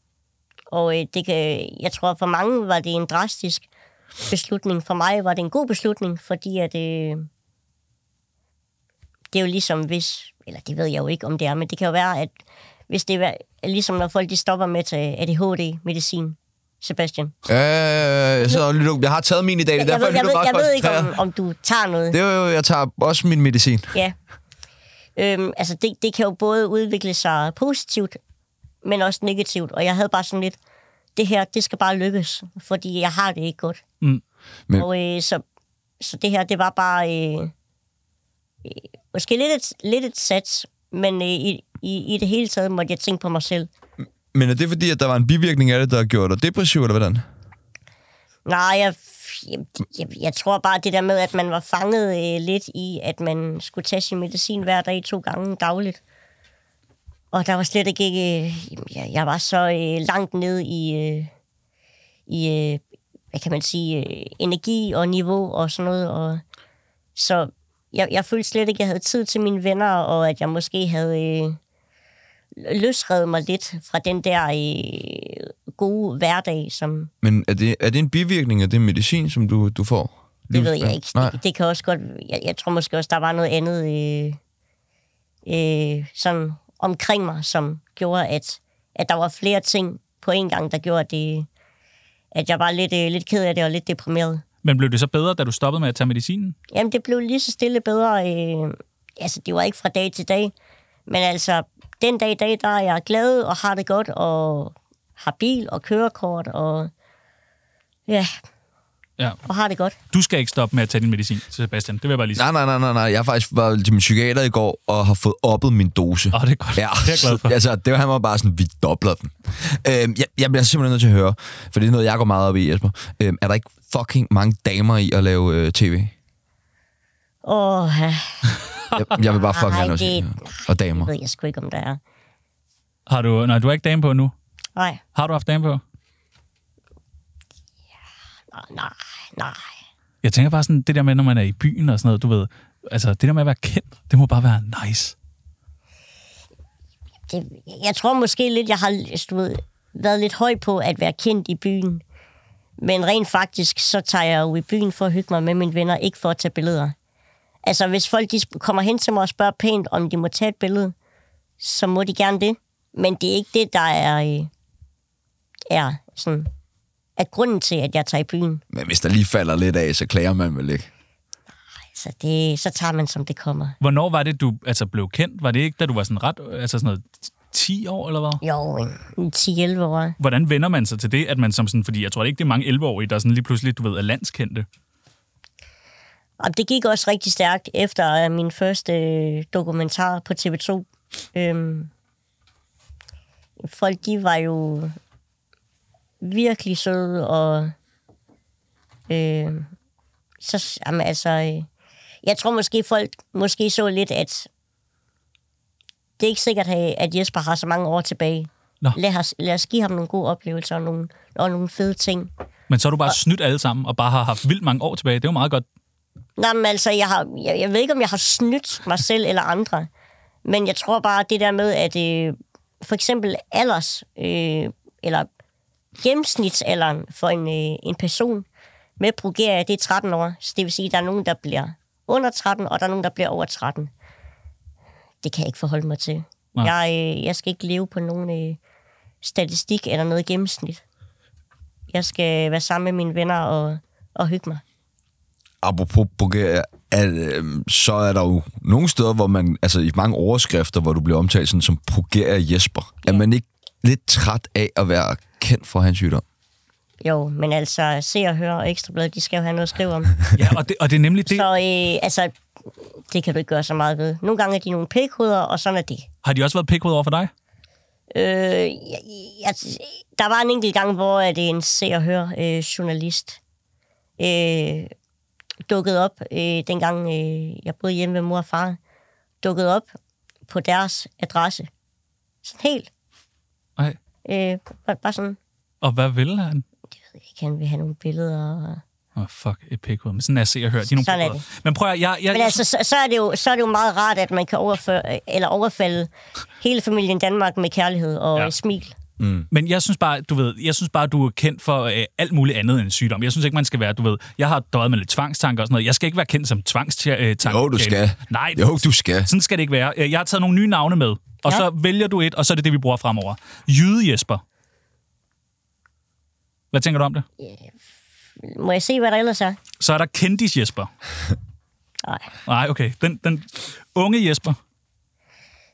Og øh, det kan, jeg tror, for mange var det en drastisk beslutning. For mig var det en god beslutning, fordi at, øh, det er jo ligesom hvis, eller det ved jeg jo ikke, om det er, men det kan jo være, at hvis det er ligesom når folk de stopper med at tage ADHD-medicin, Sebastian. Øh, jeg sidder og lytter. Jeg har taget min i dag, det er jeg, derfor, ved, jeg jeg, lytter ved, meget jeg ved ikke, om, koncentreret. om du tager noget. Det er jo, jeg tager også min medicin. Ja. Øhm, altså, det, det kan jo både udvikle sig positivt, men også negativt. Og jeg havde bare sådan lidt, det her, det skal bare lykkes, fordi jeg har det ikke godt. Mm. Men- Men... Og øh, så, så det her, det var bare... Øh, øh, måske lidt et, lidt et sats, men øh, i, i, i det hele taget måtte jeg tænke på mig selv. Men er det fordi, at der var en bivirkning af det, der gjorde dig depressiv, eller hvordan? Nej, jeg, jeg, jeg, jeg tror bare det der med, at man var fanget øh, lidt i, at man skulle tage sin medicin hver dag to gange dagligt. Og der var slet ikke... Øh, jamen, jeg, jeg var så øh, langt ned i, øh, i øh, hvad kan man sige, øh, energi og niveau og sådan noget. Og, så jeg, jeg følte slet ikke, at jeg havde tid til mine venner, og at jeg måske havde... Øh, løsrevet mig lidt fra den der øh, gode hverdag, som, Men er det, er det en bivirkning af den medicin, som du, du får? Det ved jeg ikke. Nej. Det, det kan også godt... Jeg, jeg tror måske også, der var noget andet øh, øh, sådan omkring mig, som gjorde, at, at der var flere ting på en gang, der gjorde, at, det, at jeg var lidt, øh, lidt ked af det og lidt deprimeret. Men blev det så bedre, da du stoppede med at tage medicinen? Jamen, det blev lige så stille bedre. Øh, altså, det var ikke fra dag til dag. Men altså, den dag i dag, der er jeg glad og har det godt og har bil og kørekort og... Ja, Ja. og har det godt. Du skal ikke stoppe med at tage din medicin, Sebastian. Det vil jeg bare lige sige. Nej, nej, nej, nej, nej. Jeg har faktisk været til min psykiater i går og har fået oppet min dose. Åh, det er godt. Ja, Det er jeg glad for. så- altså, det var, han var bare sådan, vi dobler den. Øhm, jeg, jeg bliver simpelthen nødt til at høre, for det er noget, jeg går meget op i, Jesper. Øhm, er der ikke fucking mange damer i at lave øh, tv? Åh, ja. Jeg, jeg vil bare fucking Nej, gerne også det- sige, Og damer. Det ved jeg sgu ikke, om der er. Har du... Nej, du er ikke dame på nu. Nej, Har du haft dame på? nej, nej, nej. Jeg tænker bare sådan, det der med, når man er i byen og sådan noget, du ved. Altså, det der med at være kendt, det må bare være nice. Det, jeg tror måske lidt, jeg har du ved, været lidt høj på at være kendt i byen. Men rent faktisk, så tager jeg jo i byen for at hygge mig med mine venner, ikke for at tage billeder. Altså, hvis folk de sp- kommer hen til mig og spørger pænt, om de må tage et billede, så må de gerne det. Men det er ikke det, der er, øh, er sådan, er grunden til, at jeg tager i byen. Men hvis der lige falder lidt af, så klager man vel ikke. Så, Altså, det, så tager man, som det kommer. Hvornår var det, du altså, blev kendt? Var det ikke, da du var sådan ret, altså sådan noget, 10 år eller hvad? Jo, en- en 10-11 år. Hvordan vender man sig til det, at man som sådan, fordi jeg tror ikke, det er mange 11-årige, der sådan lige pludselig, du ved, er landskendte. Og det gik også rigtig stærkt efter øh, min første øh, dokumentar på TV2. Øhm, folk, de var jo virkelig søde, og øh, så, jamen, altså, øh, jeg tror måske, folk måske så lidt, at det er ikke sikkert, at- at Jesper har så mange år tilbage. Nå. Lad os, lad os give ham nogle gode oplevelser og nogle, og nogle fede ting. Men så har du bare snydt alle sammen, og bare har haft vildt mange år tilbage. Det er jo meget godt. Nej, men altså, jeg, har, jeg, jeg ved ikke, om jeg har snydt mig selv eller andre. Men jeg tror bare, det der med, at øh, for eksempel alders, øh, eller gennemsnitsalderen for en, øh, en person med progeria, det er 13 år. Så det vil sige, at der er nogen, der bliver under 13, og der er nogen, der bliver over 13. Det kan jeg ikke forholde mig til. Nej. Jeg, øh, jeg skal ikke leve på nogen øh, statistik eller noget gennemsnit. Jeg skal være sammen med mine venner og, og hygge mig. apropos Bulgaria, at, øh, så er der jo nogle steder, hvor man, altså i mange overskrifter, hvor du bliver omtalt sådan som Bulgaria Jesper. Ja. Er man ikke lidt træt af at være kendt for hans sygdom? Jo, men altså, se og høre og Ekstrabladet, de skal jo have noget at skrive om. Ja, og det, og det er nemlig det. Så øh, altså, det kan du ikke gøre så meget ved. Nogle gange er de nogle pikhoveder, og sådan er det. Har de også været pikhoved over for dig? Øh, jeg, jeg, der var en enkelt gang, hvor at en se og høre øh, journalist øh, dukkede op, øh, dengang øh, jeg boede hjemme med mor og far, dukkede op på deres adresse. Sådan helt. Nej. Øh, bare, bare sådan, Og hvad vil han? ikke, han vil have nogle billeder. Og, Åh, oh, fuck, et pikhoved. Men sådan er jeg se og høre. De er nogle Sådan er pikhoveder. Men prøv at, jeg, jeg, Men jeg, altså, så, så, er det jo, så er det jo meget rart, at man kan overføre, eller overfalde hele familien Danmark med kærlighed og Ja. ja. smil. Men jeg synes bare, du ved, jeg synes bare, du er kendt for øh, alt muligt andet end sygdom. Jeg synes ikke, man skal være, du ved, jeg har døjet med lidt tvangstanker og sådan noget. Jeg skal ikke være kendt som tvangstanker. Jo, du skal. Nej, Jo, du skal. sådan skal det ikke være. Øh, Jeg har taget nogle nye navne med, og ja. Ja. så vælger du et, og så er det det, vi bruger fremover. Jyde Jesper. Hvad tænker du om det? Må jeg se, hvad der ellers er? Så er der Kendis Jesper. Nej, Nej, okay. Den, den unge Jesper.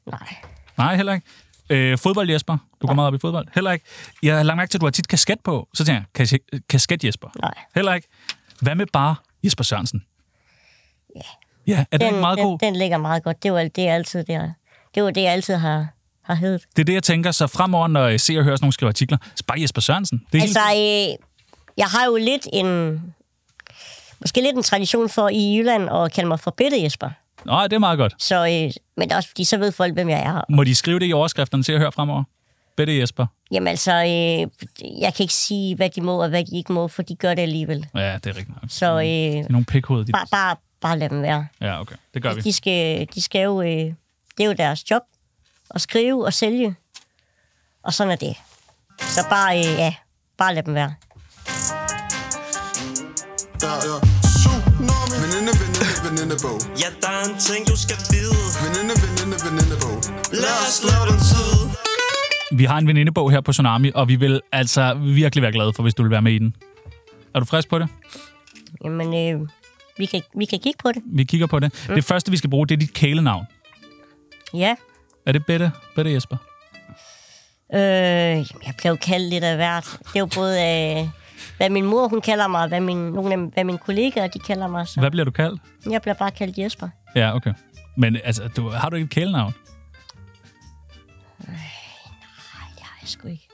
nej. Nej, heller ikke. Øh, fodbold, Jesper. Du går meget op i fodbold. Heller ikke. Jeg har lagt mærke til, at du har tit kasket på. Så tænker jeg, kas- kasket, Jesper. Nej. Heller ikke. Hvad med bare Jesper Sørensen? Ja, er det Den, ikke meget den, god? den ligger meget godt. Det var det, jeg altid, det, er- det, var det, jeg altid har, har heddet. Det er det, jeg tænker. Så fremover, når jeg ser og hører sådan nogle skriver artikler, så bare Jesper Sørensen. Det er Altså, helt... øh, jeg har jo lidt en... Måske lidt en tradition for i Jylland at kalde mig for Bitte Jesper. Nå, det er meget godt. Så, øh, men det er også fordi, så ved folk, hvem jeg er. Må de skrive det i overskrifterne til at høre fremover? Bette Jesper. Jamen altså, øh, jeg kan ikke sige, hvad de må og hvad de ikke må, for de gør det alligevel. Ja, det er rigtigt nok. Så øh, Det er nogle pikhoveder, de... bare, bare, bare lad dem være. Altså, Ja, okay. Det gør vi. De skal, de skal jo, øh, det er jo deres job, at skrive og sælge. Og sådan er det. Så bare, øh, ja, bare lad dem være. Der er tsunami. Veninde, veninde, venindebog. Ja, der er en ting, du skal vide Veninde, veninde, venindebog. Lad os lave den tid Vi har en venindebog her på Tsunami, og vi vil altså virkelig være glade for, hvis du vil være med i den. Er du frisk på det? Jamen, øh, vi, kan, vi kan kigge på det. Vi kigger på det. Mm. Det første, vi skal bruge, det er dit kælenavn. Ja. Er det Bette, Bette Jesper? Øh, jamen, jeg bliver jo kaldt lidt af hvert. Det er jo både, øh, hvad min mor hun kalder mig, og hvad, min, nogle af, hvad mine kollegaer de kalder mig. Så Hvad bliver du kaldt? jeg bliver bare kaldt Jesper. Ja, okay. Men altså, du, har du ikke et kælenavn? Ja, jeg sgu ikke.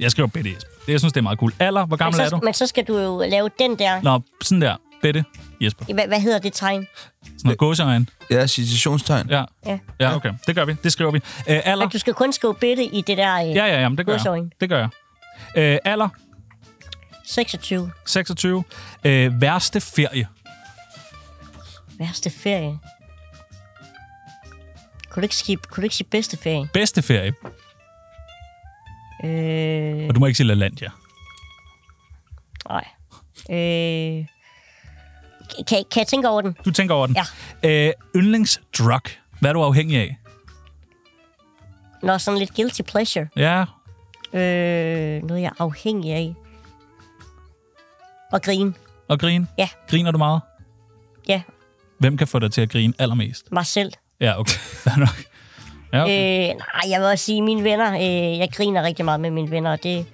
Jeg skriver Bette Jesper. Det, jeg synes, det er meget cool. Alder, hvor Men gammel er så, du? men så skal du jo lave den der... Nå, sådan der. Bette Jesper. Hvad, hvad hedder det tegn? Sådan noget gåseøjne. Ja, citationstegn. Ja. Ja. ja, okay. Det gør vi. Det skriver vi. Øh, alder? Men du skal kun skrive bitte i det der øh, Ja, ja, ja. men Det gør jeg. Gåseøjne. Det gør jeg. Øh, alder? 26. 26. Øh, værste ferie? Værste ferie. Kunne du ikke sige, kunne du ikke sige bedste ferie? Bedste ferie? Øh, Og du må ikke sige LaLandia. nej. Øh, kan, kan jeg tænke over den? Du tænker over den. Ja. Øh, yndlingsdrug. Hvad er du afhængig af? Nå, sådan lidt guilty pleasure. Ja, Øh, noget, jeg er afhængig af. Og grine. og grine. Ja. Griner du meget? Ja, Hvem kan få dig til at grine allermest? mig selv. Ja, okay. Fair nok. Ja, okay. Øh, nej, jeg vil også sige, mine venner. Øh, jeg griner rigtig meget med mine venner, og det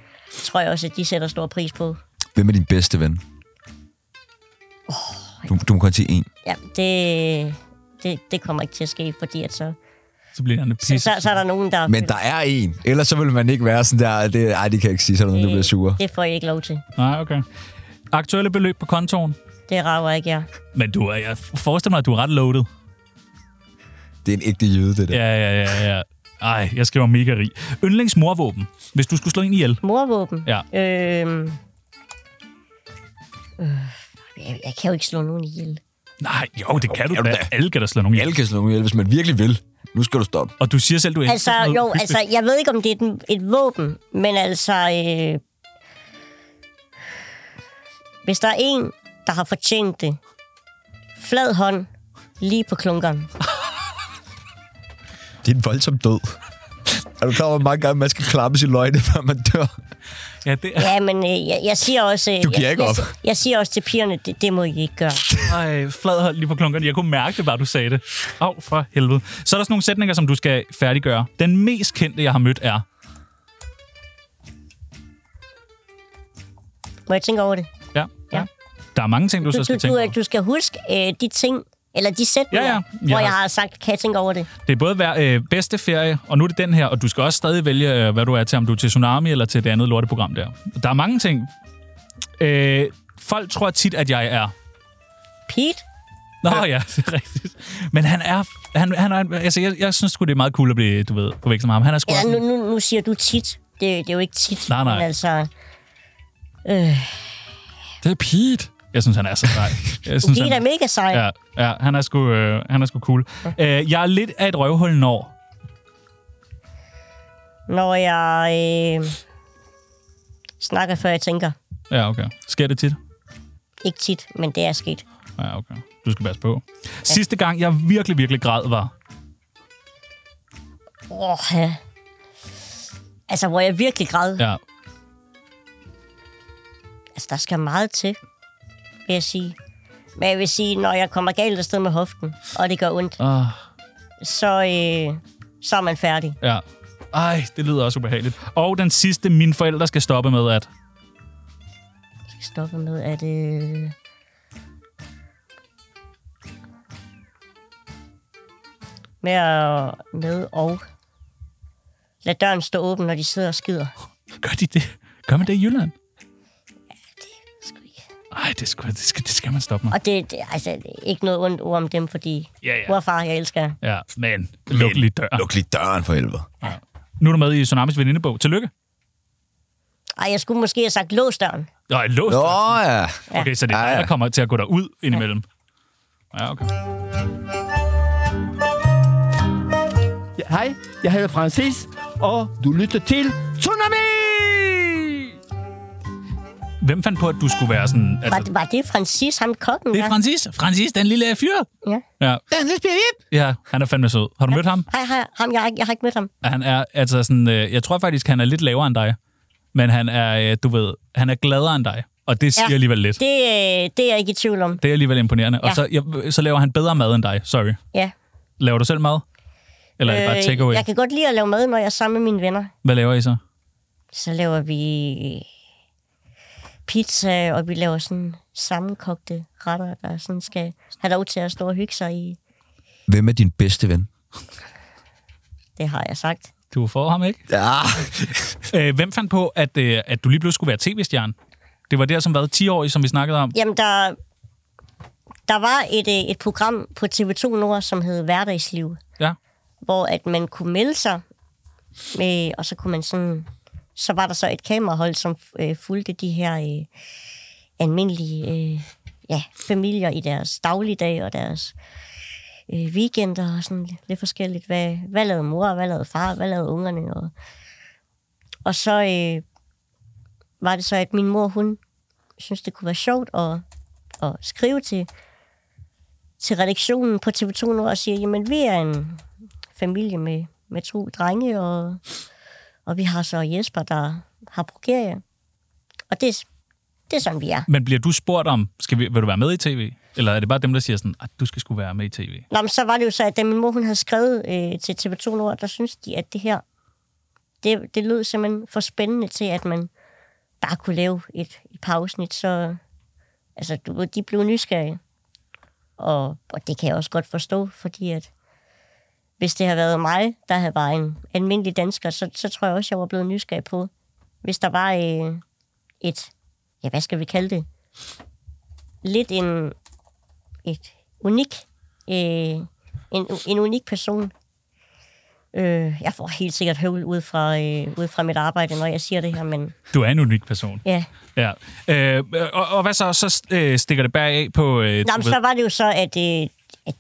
tror jeg også, at de sætter stor pris på. Hvem er din bedste ven? Du, du må kun sige en. Ja, det, det, det kommer ikke til at ske, fordi at så, Så bliver han en pisse. så, så er der nogen, der... Men der er en. Ellers så ville man ikke være sådan der, det, ej, det kan jeg ikke sige sådan noget, det bliver sure. Det får jeg ikke lov til. Nej, okay. Aktuelle beløb på kontoen? Det rager ikke jeg. Men du er, jeg forestiller mig, at du er ret loaded. Det er en ægte jøde, det der. Ja, ja, ja, ja. Ej, jeg skriver mega rig. Yndlingsmorvåben. Hvis du skulle slå en ihjel. Morvåben? Ja. Øhm, øh, jeg, jeg kan jo ikke slå nogen ihjel. Nej, jo, det kan du kan du da. da. Alle kan da slå nogen ihjel. Alle kan slå nogen ihjel, hvis man virkelig vil. Nu skal du stoppe. Og du siger selv, du er Altså, sådan noget jo, hyggeligt. altså, jeg ved ikke, om det er et, et våben, men altså... Øh, hvis der er en, der har fortjent det, flad hånd lige på klunkeren. Det er en voldsom død. er du klar over, hvor mange gange man skal klappe sin løgne, før man dør? Ja, det er... altså- Ja, men øh, jeg, jeg siger også... Øh, Du giver jeg, ikke op. Jeg, jeg siger også til pigerne, det, det må I ikke gøre. Ej, flad hold lige på klunkerne. Jeg kunne mærke det, bare du sagde det. Au, for helvede. Så er der sådan nogle sætninger, som du skal færdiggøre. Den mest kendte, jeg har mødt, er... Må jeg tænke over det? Ja, ja. Ja. Der er mange ting, du, Du, så skal du, tænke du, over. du skal huske øh, de ting, eller de sætninger, Ja, ja. Jeg hvor har- jeg har sagt, kan jeg tænke over det? Det er både hver, øh, bedste ferie, og nu er det den her, og du skal også stadig vælge, øh, hvad du er til, om du er til Tsunami eller til det andet lorteprogram der. Der er mange ting. Øh, folk tror tit, at jeg er... Pete? Nå ja, det er rigtigt. Men han er... Han, han er altså, jeg, jeg synes sgu, det er meget cool at blive, du ved, forvekslet med ham. Han er sgu... Ja, også nu, en- nu, nu siger du tit. Det, det er jo ikke tit. Nej, nej. Men altså, Det er Pete. Jeg synes, han er så sej. Jeg synes, Pete er mega sej. Ja. Ja, ja han, er sgu, øh, han er sgu cool. Øh, jeg er lidt af et røvhul, når... Når jeg øh, snakker, før jeg tænker. Ja, okay. Sker det tit? Ikke tit, men det er sket. Ja, okay. Du skal passe på. Sidste gang, jeg virkelig, virkelig græd, var... Åh, ja. Altså, hvor jeg virkelig græd. Ja. Ja, Altså, der skal meget til, vil jeg sige. Men jeg vil sige, når jeg kommer galt afsted med hoften, og det gør ondt, Ah. så, øh, så er man færdig. ja. Ej, det lyder også ubehageligt. Og den sidste, mine forældre skal stoppe med at... stoppe med at... Øh... med, at, med og lade døren stå åben, når de sidder og skider. Gør de det? Gør man det i Jylland? Sgu ikke. Nej, det skal, det, skal, det skal man stoppe med. Og det, det altså ikke noget ondt ord om dem, fordi Ja, ja. mor og far, jeg elsker jer. Ja, men luk lige døren. Luk lige døren for helvede. Nu er du med i Tsunamis venindebog. Tillykke. Ej, jeg skulle måske have sagt lås døren. Nå, jeg låst Nå døren. ja. Okay, så det er Ja, dig, ja. der kommer til at gå derud indimellem. Ja, okay. Ja, Hej, jeg hedder Francis, og du lytter til Tsunami! Hvem fandt på, at du skulle være sådan... Altså, Var, var det Francis, ham kokken? det er der? Francis. Francis, den lille fyr. Ja. Ja. Den lille spirip. ja, han er fandme sød. Har du mødt ham? Hej, hej, ham, jeg, har ikke- jeg har ikke mødt ham. Han er altså sådan... Øh, jeg tror faktisk, han er lidt lavere end dig. Men han er, øh, du ved, han er gladere end dig. Og det siger ja. Ja. alligevel lidt. Det, øh, det er jeg ikke i tvivl om. Det er alligevel imponerende. Ja. Ja. Og så, jeg, så laver han bedre mad end dig. Sorry. Ja. Øh, Laver du selv mad? Eller er det bare takeaway? jeg kan godt lide at lave mad, når jeg er sammen med mine venner. Hvad laver I så? Så laver vi pizza, og vi laver sådan sammenkogte retter, der sådan skal have lov til at stå og hygge sig i. Hvem er din bedste ven? Det har jeg sagt. Du får ham, ikke? Ja. Øh, hvem fandt på, at, øh, at du lige pludselig skulle være tv-stjerne? Det var der, som var 10 år, som vi snakkede om. Jamen, der, der var et, øh, et program på TV2 Nord, som hed Hverdagsliv, Ja. hvor at man kunne melde sig, med, og så kunne man sådan... Så var der så et kamerahold, som øh, fulgte de her øh, almindelige øh, ja, familier i deres dagligdag og deres øh, weekender og sådan lidt forskelligt. Hvad, hvad lavede mor, og hvad lavede far, og hvad lavede ungerne? Og, og så øh, var det så, at min mor, hun synes, det kunne være sjovt at, at skrive til, til redaktionen på TV2 nu og sige, jamen vi er en familie med, med to drenge, og, og vi har så Jesper, der har progeria. Og det, er s- det er sådan, vi er. Men bliver du spurgt om, skal vi, vil du være med i tv? Eller er det bare dem, der siger sådan, at du skal skulle være med i tv? Nå, men så var det jo så, at da min mor hun havde skrevet øh, til TV2 Nord, der syntes de, at det her, det, det lød simpelthen for spændende til, at man bare kunne lave et, et par afsnit, så altså, du, ved, de blev nysgerrige. Og, og det kan jeg også godt forstå, fordi at hvis det havde været mig, der havde været en almindelig dansker, så, så tror jeg også, jeg var blevet nysgerrig på, hvis der var øh, et, ja, hvad skal vi kalde det? Lidt en, et unik, øh, en, en unik person. Øh, jeg får helt sikkert høvl ud fra, øh, ud fra mit arbejde, når jeg siger det her, men Du er en unik person. ja. Ja. Øh, og, og hvad så? Så øh, stikker det bag af på... Øh, du Nå, men ved- så var det jo så, at, øh, at,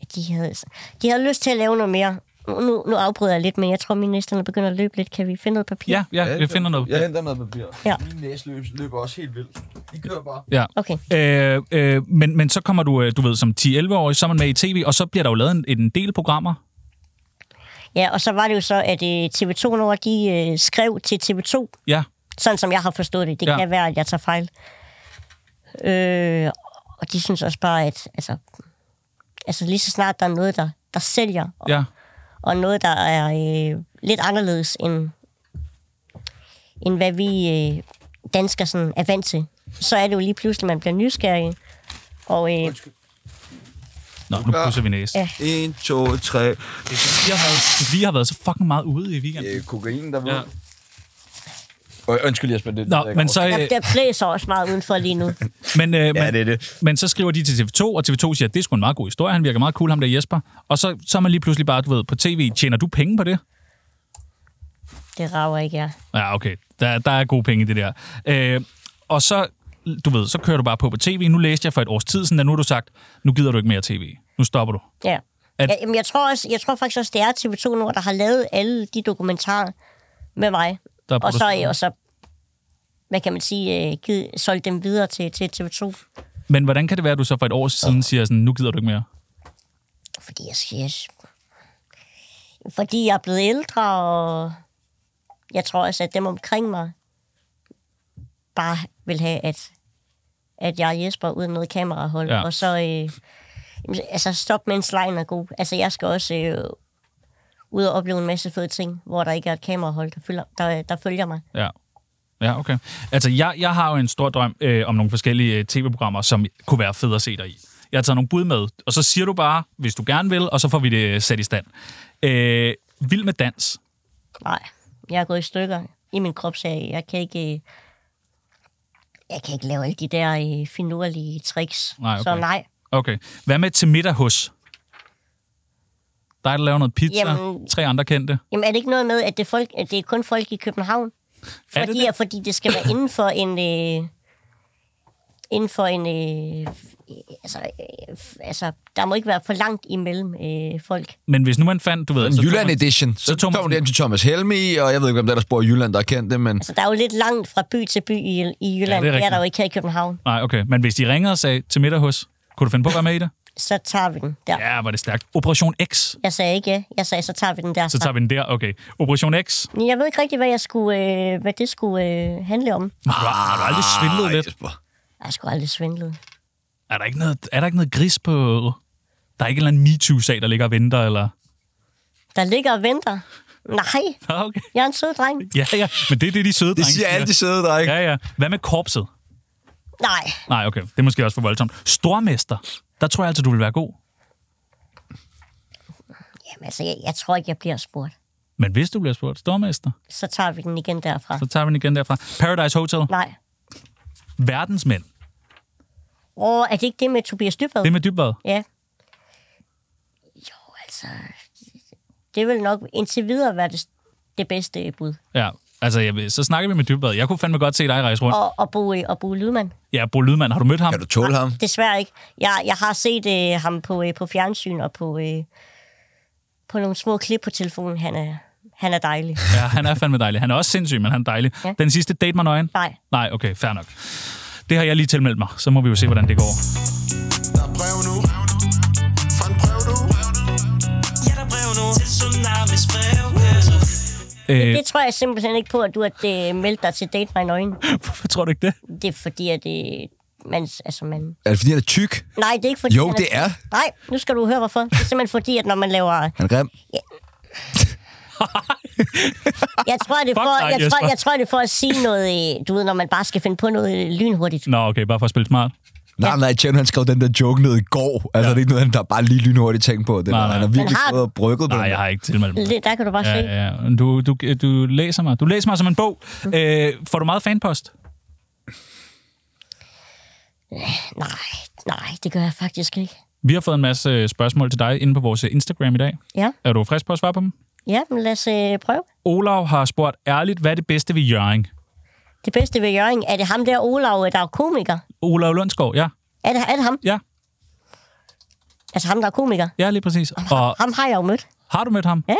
at de, havde, de havde lyst til at lave noget mere. Nu, nu afbryder jeg lidt, men jeg tror, min næsterne begynder at løbe lidt. Kan vi finde noget papir? Ja, ja, jeg finder noget. Ja. henter noget papir. Ja. Min næse løber også helt vildt. I kører bare. ja. Okay. Øh, øh, men, men så kommer du, øh, du ved, som 10-11-årig, så er man med i tv, og så bliver der jo lavet en, en del programmer. Ja, og så var det jo så, at øh, TV2 Nord, de øh, skrev til TV2, Ja. sådan som jeg har forstået det. Det Ja. ja. kan være, at jeg tager fejl. Øh, og de synes også bare, at altså, altså lige så snart der er noget, der, der sælger, og, Ja. og noget, der er øh, lidt anderledes end, end hvad vi øh, danskere sådan er vant til, så er det jo lige pludselig, man bliver nysgerrig. Og øh, Nå, nu pusser vi næse. Ja. 1, 2, 3. Vi har, været, vi har været så fucking meget ude i weekenden. kokain, der var. Ja. Øh, Undskyld, Jesper. Det, Nå, men så, der, øh, der blæser også meget udenfor lige nu. men, øh, Ja, men, det er det. Men så skriver de til TV2, og TV2 siger, at det er sgu en meget god historie, han virker meget cool, ham der Jesper. Og så, så er man lige pludselig bare, du ved, på tv, tjener du penge på det? Det rager ikke jeg. Ja, okay. Der, der er gode penge i det der. Øh, og så, du ved, så kører du bare på på tv. Nu læste jeg for et års tid siden, at nu har du sagt, nu gider du ikke mere tv. Nu stopper du. Ja. At- At... ja jamen, jeg, tror også, jeg tror faktisk også, det er TV2 Nord, der har lavet alle de dokumentarer med mig. Der er og, så, øh, produceret. og så, hvad kan man sige, øh, givet, solgt dem videre til, til TV2. Men hvordan kan det være, at du så for et år siden siger sådan, nu gider du ikke mere? Fordi jeg siger... Fordi jeg er blevet ældre, og jeg tror også, at dem omkring mig bare vil have, at, at jeg er Jesper uden noget kamerahold. Ja. Ja. Og så... Øh, jamen, altså, stop med en slejn er god. Altså, jeg skal også øh, ud og opleve en masse fede ting, hvor der ikke er et kamerahold, der følger, der, der følger mig. Ja. Ja, okay. Altså, jeg, jeg har jo en stor drøm øh, om nogle forskellige øh, tv-programmer, som kunne være fede at se dig i. Jeg har taget nogle bud med, og så siger du bare, hvis du gerne vil, og så får vi det sat i stand. Øh, vild med dans. Nej, jeg er gået i stykker i min kropsag. Jeg kan ikke... øh, Jeg kan ikke lave alle de der øh, finurlige tricks. Nej, okay. Så nej. Okay. Hvad med til middag hos? Dig, der laver noget pizza. Jamen, Jamen- tre andre kendte. Jamen er det ikke noget med, at det, er folk, at det er kun folk i København? Er Fordi, det? fordi det skal være inden for en... Øh, inden for en... Øh, f- altså, øh, f- altså, der må ikke være for langt imellem øh, folk. Men hvis nu man fandt, du ved... En Jylland tog man- Edition. Så, så tog man kommer sådan- det hjem til Thomas Helmi, og jeg ved ikke, hvem der, er, der bor i Jylland, der er kendt det, men Så Altså, der er jo lidt langt fra by til by i, i Jylland. det er Ja, det er rigtigt. der jo ikke her i København. Nej, okay. Men hvis de ringede og sagde til middag hos, kunne du finde på at være med i det? Så tager vi den der. Ja. Ja, var det stærkt. Operation X. Jeg sagde ikke ja. Jeg sagde, så tager vi den der. Så tager vi den der. Okay. Operation X. Men Jeg ved ikke rigtig, hvad, jeg skulle, øh, hvad det skulle øh, handle om. Har du, har du aldrig Ah, svindlet lidt? Jesper. Jeg skulle aldrig svindle. Er der ikke noget, er der ikke noget gris på... Der er ikke en eller anden MeToo-sag, der ligger og venter, eller... Der ligger og venter. Nej, Nå, Okay. jeg er en sød dreng. Ja, ja. Men det er det, de søde Det drenge siger alle de søde drenge. Ja, ja. Hvad med korpset? Nej, Nej, okay. Det er måske også for voldsomt. Stormester. Der tror jeg altså, du vil være god. Jamen, altså, jeg, jeg tror ikke, jeg bliver spurgt. Men hvis du bliver spurgt, stormester, Så tager vi den igen derfra. så tager vi den igen derfra. Paradise Hotel. Nej. Verdensmænd. Åh, er det ikke det med Tobias Dybvad? Det med dybbad. Ja. Jo, altså... Det vil nok indtil videre være det, det bedste bud. Ja. Altså, jeg, ved- så snakker vi med dybbad. Jeg kunne fandme godt se dig rejse rundt. Og, og Bo, øh, og Bo Lydman. Ja, Bro Lydman, har du mødt ham? Kan du tåle ham? Desværre ikke. Jeg, jeg har set øh, ham på, øh, på fjernsyn og på, øh, på nogle små klip på telefonen. Han er, han er dejlig. Ja, han er fandme dejlig. Han er også sindssyg, men han er dejlig. Ja. Ja. Den sidste, date mig nøgen. Nej. Nej, okay, fair nok. Det har jeg lige tilmeldt mig. Så må vi jo se, hvordan det går. Der er brev nu. Fandt brev nu. Ja, der er brev nu til Tsunamis brevkasse. Øh, Det tror jeg simpelthen ikke på, at du har øh, meldt dig til Date My Nøgen. hvorfor tror du ikke det? Det er fordi, at det... Man, altså, man... Er det fordi, han er tyk? Nej, det er ikke fordi... Jo, han det er. Nej, nu skal du høre, hvorfor. Det er simpelthen fordi, at når man laver... Han er grim. Jeg tror, det er Fuck for, dig, jeg tror, Jesper. jeg tror, det er for at sige noget, øh, du ved, når man bare skal finde på noget øh, lynhurtigt. Nå, okay, bare for at spille smart. Nej, nej, Tjerno, han skrev den der joke ned i går. Altså, Ja. ja. det er ikke noget, han der bare lige lynhurtigt tænkt på. Det, Nej, nej, nej. Han har virkelig Men har- fået og brygget på Nej, den. jeg har ikke tilmeldt mig. Det, der kan du bare se. Ja, ja. men Du, du, du læser mig. Du læser mig som en bog. Mm. Øh, får du meget fanpost? Nej, nej, det gør jeg faktisk ikke. Vi har fået en masse øh, spørgsmål til dig inde på vores øh, Instagram i dag. Ja, Er du frisk på at svare på dem? ja men lad os øh, prøve. Olav har spurgt ærligt, hvad er det bedste ved Jørgen? Det bedste ved Jørgen, er det ham der Olav, øh, der er komiker? Olav Lundsgaard, ja. Er det, er det ham? Ja, Altså ham, der er komiker? ja lige præcis. Og Ham har jeg jo mødt. har du mødt ham? Ja.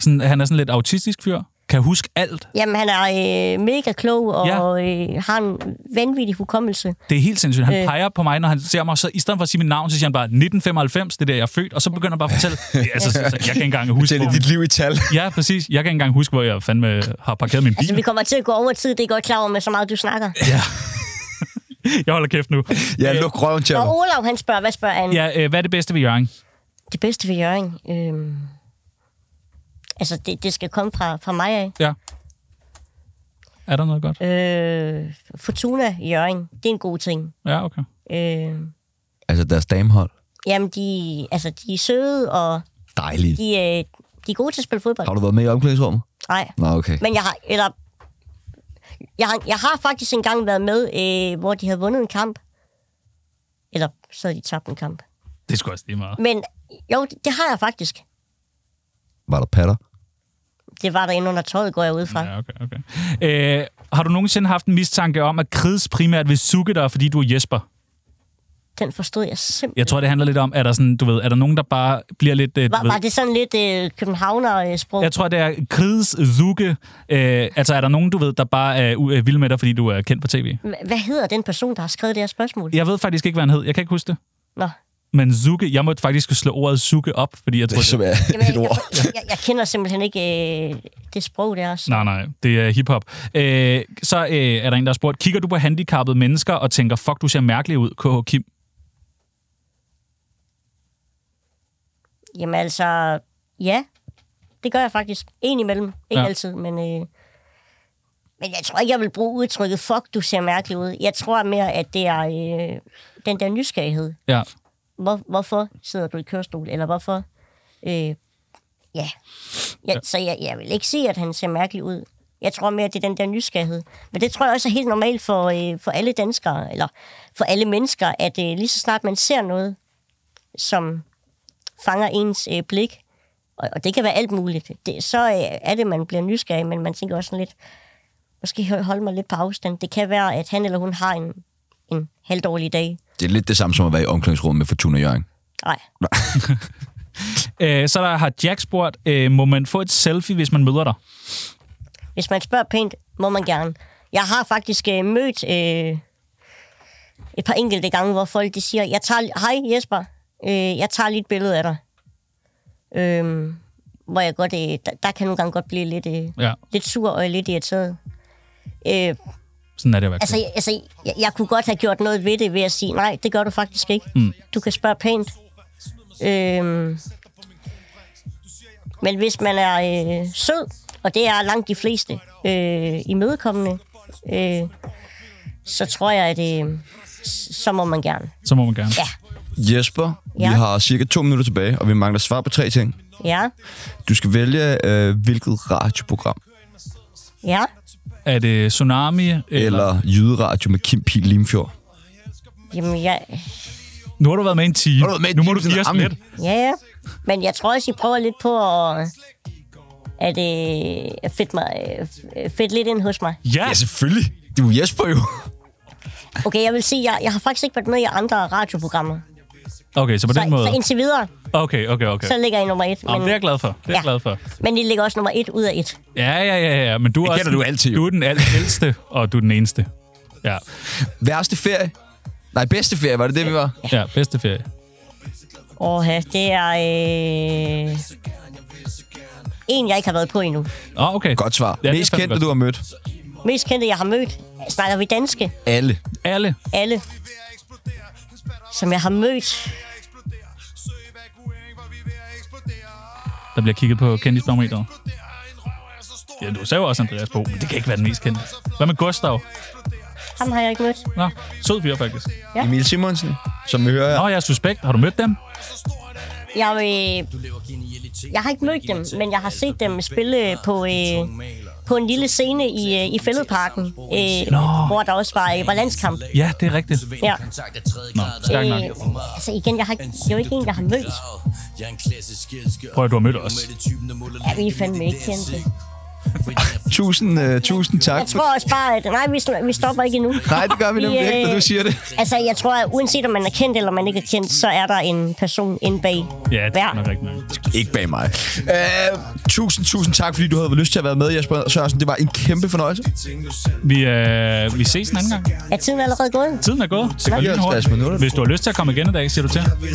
Sådan, han er sådan lidt autistisk fyr. Kan huske alt. Jamen, han er øh, mega klog og Ja. øh, har en vanvittig hukommelse. Det er helt sindssygt. Han øh. Øh. peger på mig, når han ser mig, så i stedet for at sige mit navn, så siger han bare 1995, det er der, jeg er født, og så begynder han bare at fortælle. ja, altså, så, så, så, jeg kan ikke engang huske, Fortælle hvor, dit liv i tal. ja, præcis. Jeg kan ikke engang huske, hvor jeg fandme har parkeret min bil. Altså, vi kommer til at gå over tid, det er jeg godt klar over med så meget, du snakker. Jeg holder kæft nu. Øh, Ja, luk røven, Og Tjerno. Olav, han spørger, hvad spørger han? Ja, øh, hvad er det bedste ved Jørgen? Det bedste ved Jørgen, øh, altså det, det skal komme fra, fra mig af. Ja. Er der noget godt? Øh, Fortuna Jørgen, det er en god ting. Ja, okay. Øh, Altså, deres damehold. jamen, de, altså, de er søde, og Dejligt. de, øh, de er gode til at spille fodbold. Har du været med i omklædningsrummet? Nej, Nå, okay. men jeg har, eller, jeg har, jeg har faktisk engang været med, øh, hvor de havde vundet en kamp. Eller så havde de tabt en kamp. Det skulle også lige meget. Men jo, det, det har jeg faktisk. Var der patter? Det var der inde under tøjet, går jeg ud fra. Ja, okay, okay. Øh, har du nogensinde haft en mistanke om, at Krids primært vil suge dig, fordi du er Jesper? Den forstod jeg simpelthen. Jeg tror, det handler lidt om, er der, sådan, du ved, er der nogen, der bare bliver lidt... Øh, du Var, ved, var det sådan lidt øh, københavner-sprog? Jeg tror, det er Krids Zuke. Øh, altså, er der nogen, du ved, der bare er u- øh, vild med dig, fordi du er kendt på tv? Hva- Hvad hedder den person, der har skrevet det her spørgsmål? Jeg ved faktisk ikke, hvad han hed. Jeg kan ikke huske det. Nå. Men Zuke, jeg måtte faktisk slå ordet Zuke op, fordi jeg tror, Som er Jamen, jeg, et ord. jeg, jeg, jeg kender simpelthen ikke øh, det sprog der. Så. Nej, nej, det er hiphop. Øh, så øh, er der en, der har spurgt, kigger du på handicappede mennesker og tænker, fuck, du ser mærkelig ud, KH Kim? Jamen altså, ja, det gør jeg faktisk. En imellem. Ikke Ja. ja. altid, men... Øh, men jeg tror ikke, jeg vil bruge udtrykket, fuck, du ser mærkelig ud. Jeg tror mere, at det er øh, den der nysgerrighed. Ja. hvor, hvorfor sidder du i kørestol, eller hvorfor... Øh, ja. ja. Så jeg, jeg vil ikke sige, at han ser mærkelig ud. Jeg tror mere, at det er den der nysgerrighed. Men det tror jeg også er helt normalt for, øh, for alle danskere, eller for alle mennesker, at øh, lige så snart man ser noget, som fanger ens øh, blik, og, og det kan være alt muligt, det, så øh, er det, man bliver nysgerrig, men man tænker også sådan lidt, måske hol- holde mig lidt på afstand. Det kan være, at han eller hun har en, en halvdårlig dag. Det er lidt det samme som at være i omklædningsrummet med Fortuna Jørgen. Nej, Øh, så der har Jack spurgt, øh, må man få et selfie, hvis man møder dig? Hvis man spørger pænt, må man gerne. Jeg har faktisk øh, mødt øh, et par enkelte gange, hvor folk de siger, jeg tager, li- hej Jesper, øh, jeg tager lige et billede af dig. Øh, hvor jeg godt, øh, der, der kan nogle gange godt blive lidt, øh, Ja, lidt sur og lidt irriteret. Øh, sådan er det at være altså, jeg- altså jeg, jeg kunne godt have gjort noget ved det ved at sige, nej, det gør du faktisk ikke. Mm. Du kan spørge pænt. Øhm, men hvis man er øh, sød, og det er langt de fleste øh, imødekommende, øh, så tror jeg, at øh, s- så må man gerne. klog. Så må man gerne. Ja, Jesper, ja. Ja. vi har cirka to minutter tilbage, og vi mangler svar på tre ting. ja, Du skal vælge, øh, hvilket radioprogram, ja. Er det Tsunami? Eller? eller... eller jyderadio med Kim Pil Limfjord. Jamen, jeg, Nu har du været med i en time. Har du været med i nu en må time du give siden? os Amen. lidt. ja, ja. Men jeg tror også, I prøver lidt på at, at, øh, at fedte, mig, øh, fedte lidt ind hos mig. Ja, Ja, selvfølgelig. Du er Jesper jo. Okay, jeg vil sige, jeg, jeg har faktisk ikke været med i andre radioprogrammer. okay, så på Så, den måde. så indtil videre, Okay, okay, okay. så ligger I nummer et. Jamen, det er jeg glad for. Det er jeg Ja. glad for. men I ligger også nummer et ud af et. Ja, ja, ja, ja. Men du er også... kender du altid, jo. Du er den ældste, og du er den eneste. Ja, Værste ferie? Nej, bedste ferie, var det det, vi var? ja bedste ferie. Åh, det er... Øh... En, jeg ikke har været på endnu. Åh, oh, okay. Godt svar. Ja, Ja, det er Mest fandme kendte, godt. du har mødt. Mest kendte, jeg har mødt, snakker vi danske, Alle. Alle. alle, som jeg har mødt. der bliver kigget på kendisbarometeret. Ja, du sagde jo også Andreas Bo, men det kan ikke være den mest kendte. Hvad med Gustav? Ham har jeg ikke mødt. Nå, sød fyr faktisk. Ja. Emil Simonsen, som vi hører her. Nå, jeg er suspekt. Har du mødt dem? Jeg, øh... jeg har ikke mødt dem, men jeg har set dem spille på, øh... på en lille scene i, øh, i Fælledparken, øh... hvor der også var, øh, var landskamp. Ja, det er rigtigt. Ja. Nå, stærk nok. Øh, altså igen, jeg har ikke, det er jo ikke en, jeg har mødt. Prøv at du har mødt os. Ja, vi er fandme ikke kendte. Tusind, uh, tusind tak. Jeg tror også bare, at nej, vi, sn- vi stopper ikke endnu. Nej, det gør vi nemlig ikke, når du siger det. Altså, jeg tror, at uanset om man er kendt eller man ikke er kendt, så er der en person inde bag Ja, det er hver. nok rigtigt nok. Ikke bag mig. Uh, tusind, tusind tak, fordi du havde lyst til at være med, Jesper Sørensen. Det var en kæmpe fornøjelse. Vi, øh, vi ses en anden gang. Er tiden allerede gået? Tiden er gået. Det går lige 54 minutter. hurtigt. Hvis du har lyst til at komme igen i dag, siger du til. Ja, Det,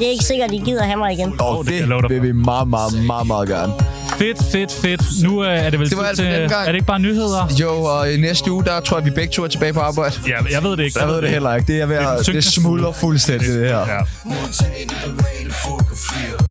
det er ikke sikkert, at I gider have mig igen. Og det kan jeg love det dig vil vi for. meget, meget, meget, meget gerne. fedt, fedt, fedt. Nu øh, er det vel Det var tid alt for til... denne gang. Er det ikke bare nyheder? Jo, og i næste uge, der tror jeg, vi begge to er tilbage på arbejde. Ja, jeg ved det ikke. Jeg ved det heller ikke. Det, er ved at, det smuldrer fuldstændig, det her. Ja.